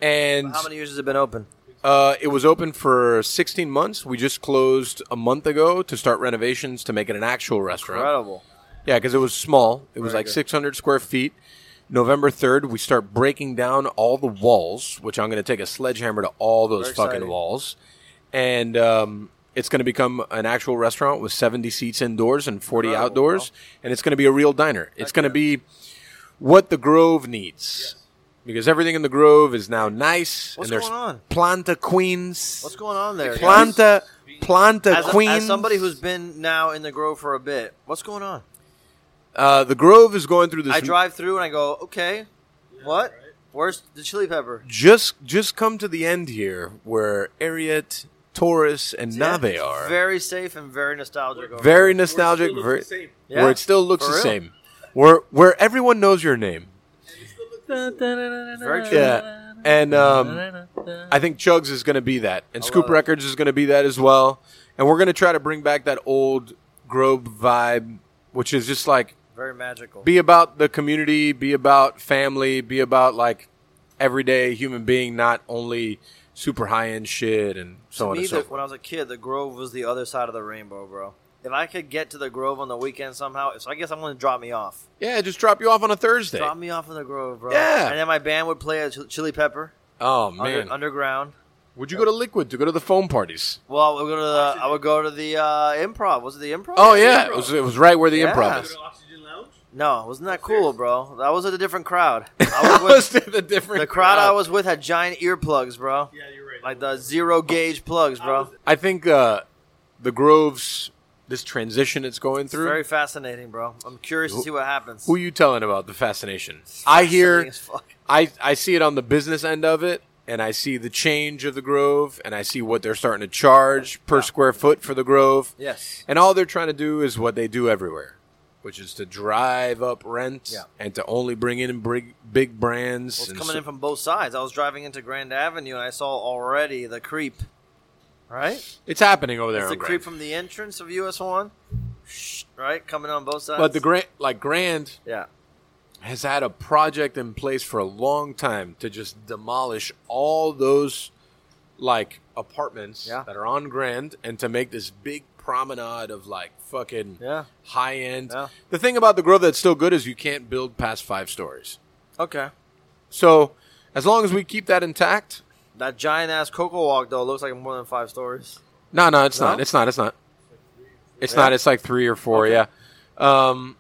And
How many years has it been open?
Uh, it was open for 16 months. We just closed a month ago to start renovations to make it an actual restaurant.
Incredible.
Yeah, because it was small. It was
Very
like
good.
600 square feet. November 3rd, we start breaking down all the walls, which I'm going to take a sledgehammer to all those
Very
fucking
exciting.
walls. And um, it's going to become an actual restaurant with 70 seats indoors and 40
Incredible,
outdoors. And it's going to be a real diner. It's going to be what the Grove needs. Because everything in the Grove is now nice.
What's
and there's
going on?
Planta Queens.
What's going on there? guys?
Planta, Planta
as, a-
Queens.
as somebody who's been now in the Grove for a bit, what's going on?
uh, the Grove is going through this.
I drive through and I go, okay, what? Where's the chili pepper?
just just come to the end here where Ariat, Taurus, and Nave
Yeah,
are. Very,
Very safe and very nostalgic. over there.
nostalgic.
Still looks
ver-
the same.
Yeah,
where it still looks
for
the
real.
same. Where where everyone knows your name.
Very true.
Yeah. And um, I think Chugs is going to be that, and Scoop
it.
Records is going to be that as well. And we're going to try to bring back that old Grove vibe, which is just like
Very magical.
be about the community, be about family, be about like everyday human being, not only super high end shit and so
to
on
me,
and so
the-
forth.
when I was a kid, the Grove was the other side of the rainbow, bro. If I could get to the Grove on the weekend somehow, so I guess I'm going to drop me off.
Yeah, just drop you off on a Thursday.
Drop me off in the Grove, bro.
Yeah.
And then my band would play at Chil- Chili Pepper
Oh
under-
man,
underground.
would you go to Liquid to go to the foam parties?
Well, I would go to the, I would go to the uh, improv. Was it the improv?
Oh yeah, it was, it was right where the
Yeah.
improv
Go
is.
to Oxygen Lounge.
No, wasn't that cool, bro? That was a different crowd. I
That
was with,
was the different
the crowd I was with had giant earplugs, bro.
Yeah, you're right.
Like the zero gauge plugs, bro.
I think uh, the Groves, this transition it's going
It's
through.
very fascinating, bro. I'm curious to see what happens.
who you telling about the fascination? I
Fascinating
hear,
as fuck.
I I see it on the business end of it. and I see the change of the Grove, and I see what they're starting to charge per square foot for the Grove.
Yes.
And all they're trying to do is what they do everywhere, which is to drive up rent
Yeah.
and to only bring in big, big brands.
Well, it's
and
coming
so-
in from both sides. I was driving into Grand Avenue and I saw already the creep. Right?
it's happening over there.
It's
on
the creep
Grand.
from the entrance of US One. Right? Coming on both sides.
but the Grand, like Grand,
Yeah.
has had a project in place for a long time to just demolish all those like apartments
Yeah.
that are on Grand and to make this big promenade of like fucking
Yeah.
high end.
Yeah.
The thing about the Grove that's still good is you can't build past five stories.
Okay.
So as long as we keep that intact,
That giant ass Cocoa Walk though looks like more than five stories.
no, no, it's not.
No? Oh,
It's not. It's not. It's
Yeah.
not. It's like three or four. Yeah. Um,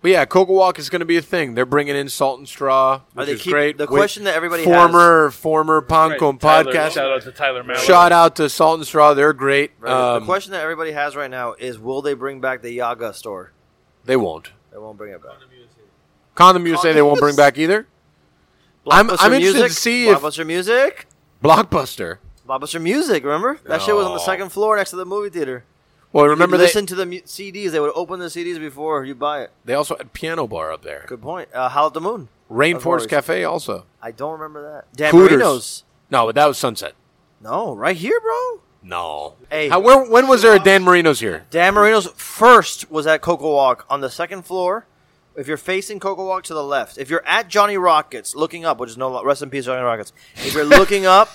but yeah, Cocoa Walk is going to be a thing. They're bringing in Salt and Straw,
Are
which
they
is
keep-
great.
the
with
question that everybody has-
former former
Right,
Poncom
Tyler,
podcast.
Shout out to Tyler Mallow.
Shout out to Salt and Straw. They're great.
Right?
Um,
the question that everybody has right now is will they bring back the Yaga store?
they won't.
They won't bring it back.
Condom USA. They won't bring back either. I'm, I'm
Blockbuster
interested
music?
to see if
Blockbuster music.
Blockbuster.
Blockbuster music. Remember that shit was on the
Oh.
second floor next to the movie theater.
Well, remember
You'd
they,
listen to the mu- CDs. They would open the CDs before you buy it.
they also had Piano Bar up there.
Good point. Uh, Howl at the Moon.
Rainforest
always.
Cafe also.
I don't remember that. Dan
Hooters.
Marino's.
No, but that was Sunset.
No, right here, bro.
No.
Hey.
How, where, when was there a Dan Marino's here?
Dan Marino's first was at Cocoa Walk on the second floor. If you're facing Cocoa Walk to the left, if you're at Johnny Rockets looking up, which is no rest in peace, Johnny Rockets. If you're looking up,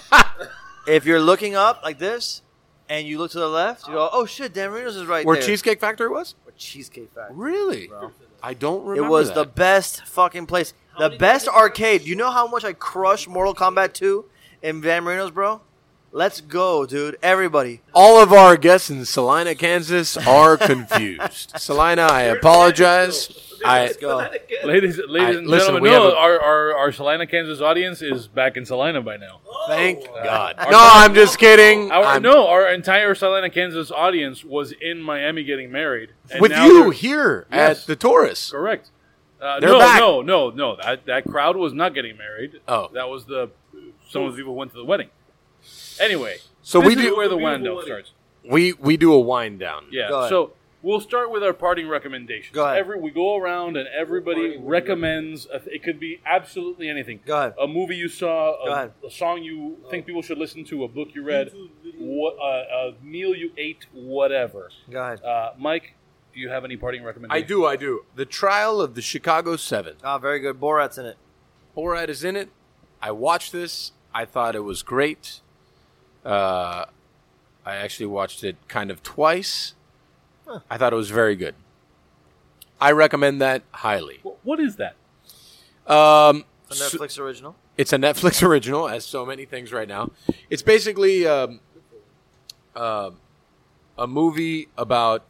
if you're looking up like this, and you look to the left, you go, "Oh shit, Dan Marino's is right
Where
there."
Cheesecake Factory was?
Where Cheesecake Factory.
Really?
Bro.
I don't
It
remember.
was the
that.
best fucking place. the best arcade. You know how much I crushed Mortal Kombat 2 in Van Marino's, bro? Let's go, dude. Everybody.
All of our guests in Salina, Kansas are confused. Salina, I apologize. I
Go.
ladies, ladies
I-
and
listen,
gentlemen,
we
no,
have a-
our, our our Salina, Kansas audience is back in Salina by now.
thank God.
Our-
No, I'm just kidding.
Our,
Oh. I'm-
no, our entire Salina, Kansas audience was in Miami getting married and
with
now
you
they're-
here
Yes.
at the Taurus.
Correct. Uh,
They're
no,
back.
no, no, no. That that crowd was not getting married.
Oh.
that was the some of the people who went to the wedding. Anyway,
So
this
we
is
do-
where the
Beautiful
wind up
wedding.
starts.
We we do a wind down.
Go
Yeah.
ahead.
So we'll start with our parting recommendations.
Go ahead.
Every we go around and everybody
Parting
recommends. A, it could be absolutely anything.
Go ahead.
A movie you saw.
Go
A,
ahead.
a song you think people should listen to. A book you read. What uh, a meal you ate. Whatever.
Go ahead.
Uh, Mike, do you have any parting
I
recommendations?
do, I do. The trial of the Chicago Seven.
Ah, very good. Borat's in it.
Borat is in it. I watched this. I thought it was great. Uh, I actually watched it kind of twice. I thought it was very good. I recommend that highly.
Wh- What is that?
Um,
It's
so-
a Netflix original.
it's a Netflix original, as so many things right now. It's basically um, um a movie about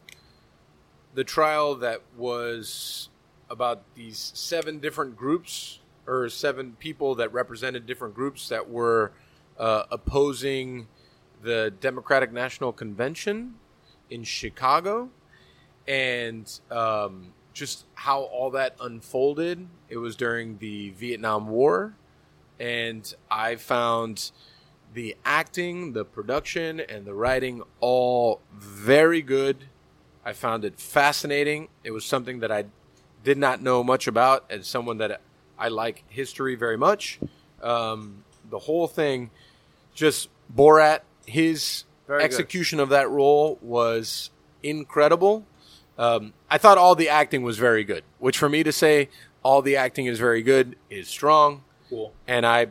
the trial that was about these seven different groups or seven people that represented different groups that were uh, opposing the Democratic National Convention in Chicago and um, just how all that unfolded. It was during the Vietnam War, and I found the acting, the production, and the writing all very good. I found it fascinating. It was something that I did not know much about, and someone that I like history very much. Um, the whole thing, just Borat, his
Very good.
execution of that role was incredible. Um, I thought all the acting was very good, which for me to say all the acting is very good is strong,
Cool.
and I,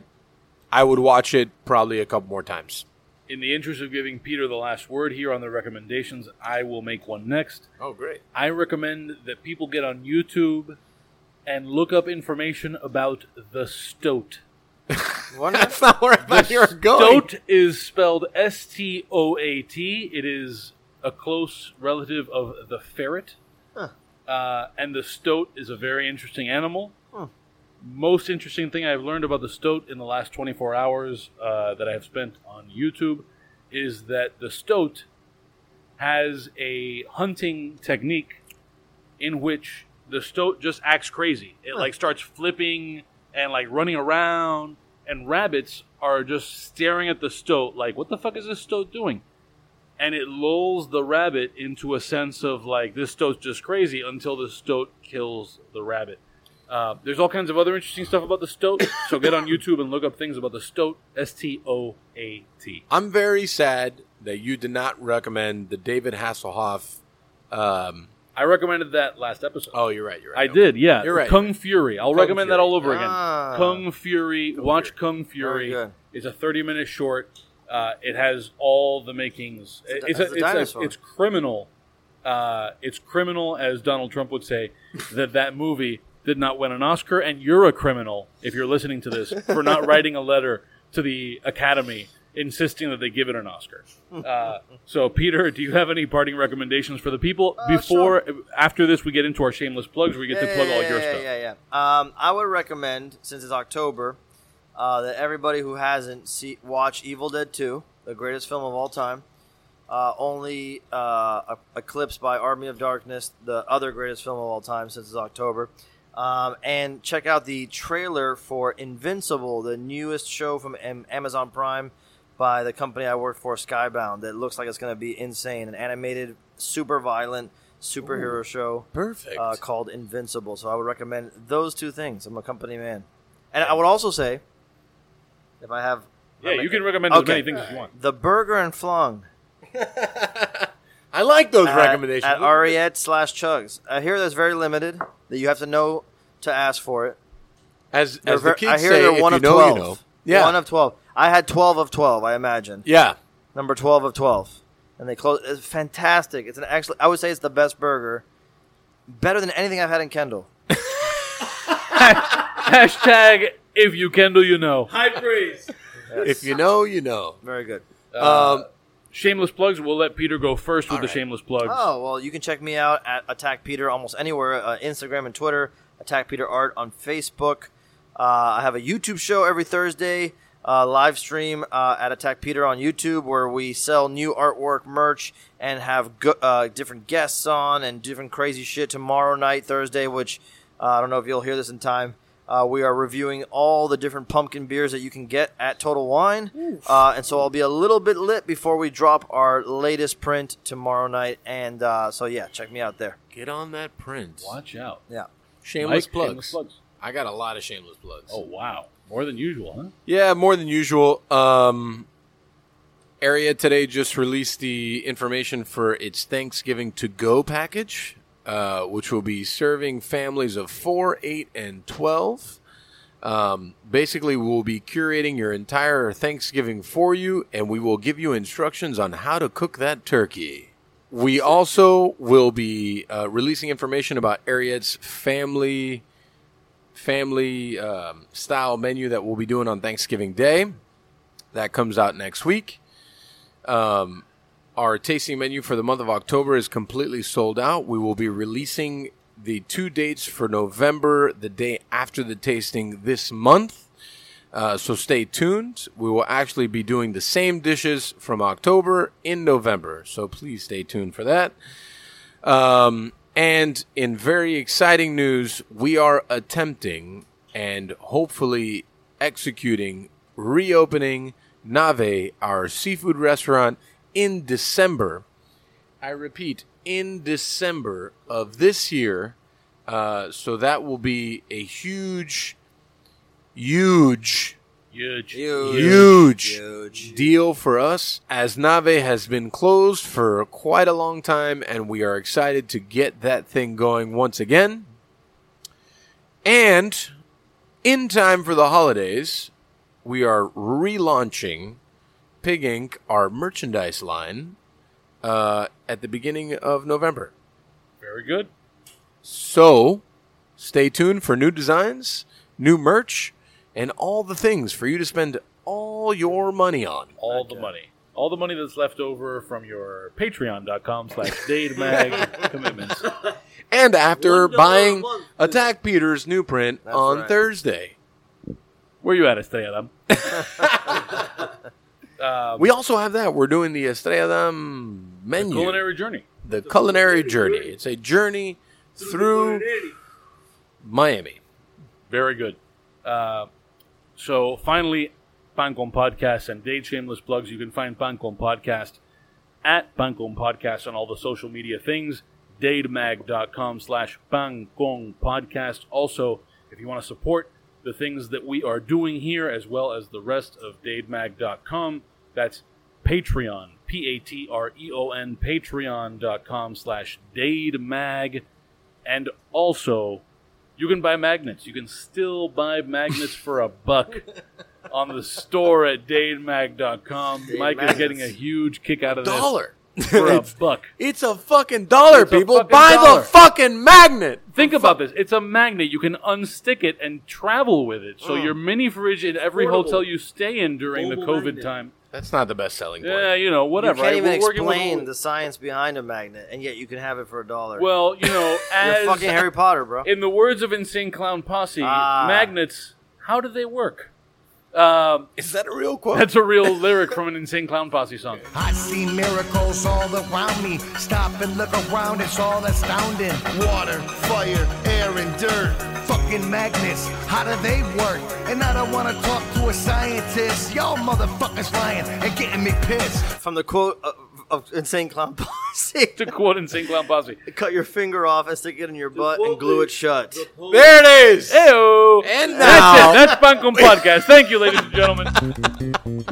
I would watch it probably a couple more times.
In the interest of giving Peter the last word here on the recommendations, I will make one next.
Oh, great!
I recommend that people get on YouTube and look up information about the Stoat.
That's not where I thought you were going.
Stoat is spelled S T O A T. It is a close relative of the ferret.
Huh.
Uh, and the stoat is a very interesting animal.
Huh.
Most interesting thing I've learned about the stoat in the last 24 hours uh, that I have spent on YouTube is that the stoat has a hunting technique in which the stoat just acts crazy. It like starts flipping and like running around and rabbits are just staring at the stoat like, what the fuck is this stoat doing? And it lulls the rabbit into a sense of like, this stoat's just crazy until the stoat kills the rabbit. Uh, there's all kinds of other interesting stuff about the stoat, so get on YouTube and look up things about the stoat, S T O A T.
I'm very sad that you did not recommend the David Hasselhoff. Um,
I recommended that last episode.
oh, you're right. You're right.
I did, yeah.
You're right.
Kung Fury. I'll
Kung
recommend that
Fury.
all over again.
Ah.
Kung Fury. watch
Fury.
Kung Fury.
Very good.
It's a 30 minute short. Uh, it has all the makings.
It's a di- it's
It's,
a
a, it's,
dinosaur.
it's criminal. Uh, it's criminal, as Donald Trump would say, that that movie did not win an Oscar, and you're a criminal if you're listening to this for not writing a letter to the Academy insisting that they give it an Oscar. Uh, so, Peter, do you have any parting recommendations for the people before after this? We get into our shameless plugs. We get to plug all your
yeah,
stuff.
Yeah, yeah, yeah. Um, I would recommend, since it's October, uh, that everybody who hasn't see, watch Evil Dead 2, the greatest film of all time, uh, only uh, e- eclipsed by Army of Darkness, the other greatest film of all time, since it's October. Um, and check out the trailer for Invincible, the newest show from Am- Amazon Prime by the company I work for, Skybound, that looks like it's going to be insane. An animated, super violent superhero show
Perfect.
uh, called Invincible. So I would recommend those two things. I'm a company man, and I would also say, if I have,
Yeah, you can recommend as many things as you want.
The Burger and Flung
I like those
at,
recommendations.
at Ariette slash Chugs. I hear that's very limited. That you have to know to ask for it.
as
They're
as
ver-
the kids
I hear
say,
they're
if
one
you
of
know,
twelve.
you know. Yeah.
one of twelve. I had twelve of twelve. I imagine
yeah.
number twelve of twelve, and they close. It's fantastic. It's an actually. I would say it's the best burger, better than anything I've had in Kendall.
Hashtag if you Kendall, you know.
High praise.
If you know, you know.
Very good. Uh,
Um,
Shameless plugs. We'll let Peter go first with the shameless plugs.
Oh well, you can check me out at Attack Peter almost anywhere: uh, Instagram and Twitter. Attack Peter Art on Facebook. Uh, I have a YouTube show every Thursday uh, live stream uh, at Attack Peter on YouTube, where we sell new artwork, merch, and have go- uh, different guests on and different crazy shit. Tomorrow night, Thursday, which uh, I don't know if you'll hear this in time. Uh, we are reviewing all the different pumpkin beers that you can get at Total Wine. Uh, and so I'll be a little bit lit before we drop our latest print tomorrow night. And uh, so, yeah, check me out there.
get on that print.
Watch out.
Yeah.
Shameless,
Mike,
plugs.
shameless plugs.
I got a lot of shameless plugs.
Oh wow, more than usual, huh?
Yeah, more than usual. Um, Area today just released the information for its Thanksgiving to go package, uh, which will be serving families of four, eight, and twelve. Um, basically, we'll be curating your entire Thanksgiving for you, and we will give you instructions on how to cook that turkey. We also will be uh, releasing information about Ariad's family family um, style menu that we'll be doing on Thanksgiving Day. That comes out next week. Um, our tasting menu for the month of October is completely sold out. We will be releasing the two dates for November, the day after the tasting this month. Uh, so stay tuned. We will actually be doing the same dishes from October in November. So please stay tuned for that. Um, and in very exciting news, we are attempting and hopefully executing reopening Nave, our seafood restaurant, in December. I repeat, in December of this year. Uh, so that will be a huge, huge
Huge.
Huge.
Huge.
deal for us as Nave has been closed for quite a long time and we are excited to get that thing going once again. And in time for the holidays, we are relaunching Pig Inc., our merchandise line, uh, at the beginning of November.
Very good.
So stay tuned for new designs, new merch, and all the things for you to spend all your money on.
All the money. All the money that's left over from your patreon.com slash Dade Mag commitments.
and after
One dollar a
buying
month.
Attack Peter's new print
That's
on
right.
Thursday.
Where you at, Estrella? um,
We also have that. We're doing the Estrella Damm menu,
culinary journey.
the
culinary
culinary journey.
journey.
It's a journey through
Through
Miami.
Very good. Uh, So finally, Pancom Podcast and Dave Shameless Plugs. You can find Pancom Podcast at Pancom Podcast on all the social media things. Dademag.com slash Pancom Podcast. Also, if you want to support the things that we are doing here as well as the rest of Dademag.com, that's Patreon, P A T R E O N, Patreon.com slash Dademag. And also, you can buy magnets. You can still buy magnets for a buck on the store at dademag.com.
Dade
Mike
magnets.
is getting a huge kick out of this
dollar.
for a
it's,
buck.
it's a fucking dollar,
It's a
people.
fucking
Buy
dollar.
the fucking magnet.
Think about this. It's a magnet. You can unstick it and travel with it. So your mini fridge in every
Portable.
hotel you stay in during the
Mobile
COVID
magnet.
time.
That's not the best selling point.
Yeah, you know, whatever.
You can't
right?
even
We're working with-
explain the science behind a magnet, and yet you can have it for a dollar.
Well, you know,
You're
as
fucking Harry Potter, bro.
in the words of Insane Clown Posse,
Ah.
magnets, how do they work? Um,
Is that a real quote?
that's a real lyric from an Insane Clown Posse song.
I see miracles all around me. Stop and look around, it's all astounding. Water, fire, air, and dirt. Fucking magnets, how do they work? And I don't wanna talk to a scientist. Y'all motherfuckers lying and getting me pissed.
From the quote of, of Insane Clown Posse,
To quote Insane Clown Posse.
cut your finger off and stick it in your butt and
quote
glue
me-
it shut.
there it is.
Heyo!
And now-
that's it. That's Bunkum Podcast. Thank you, ladies and gentlemen.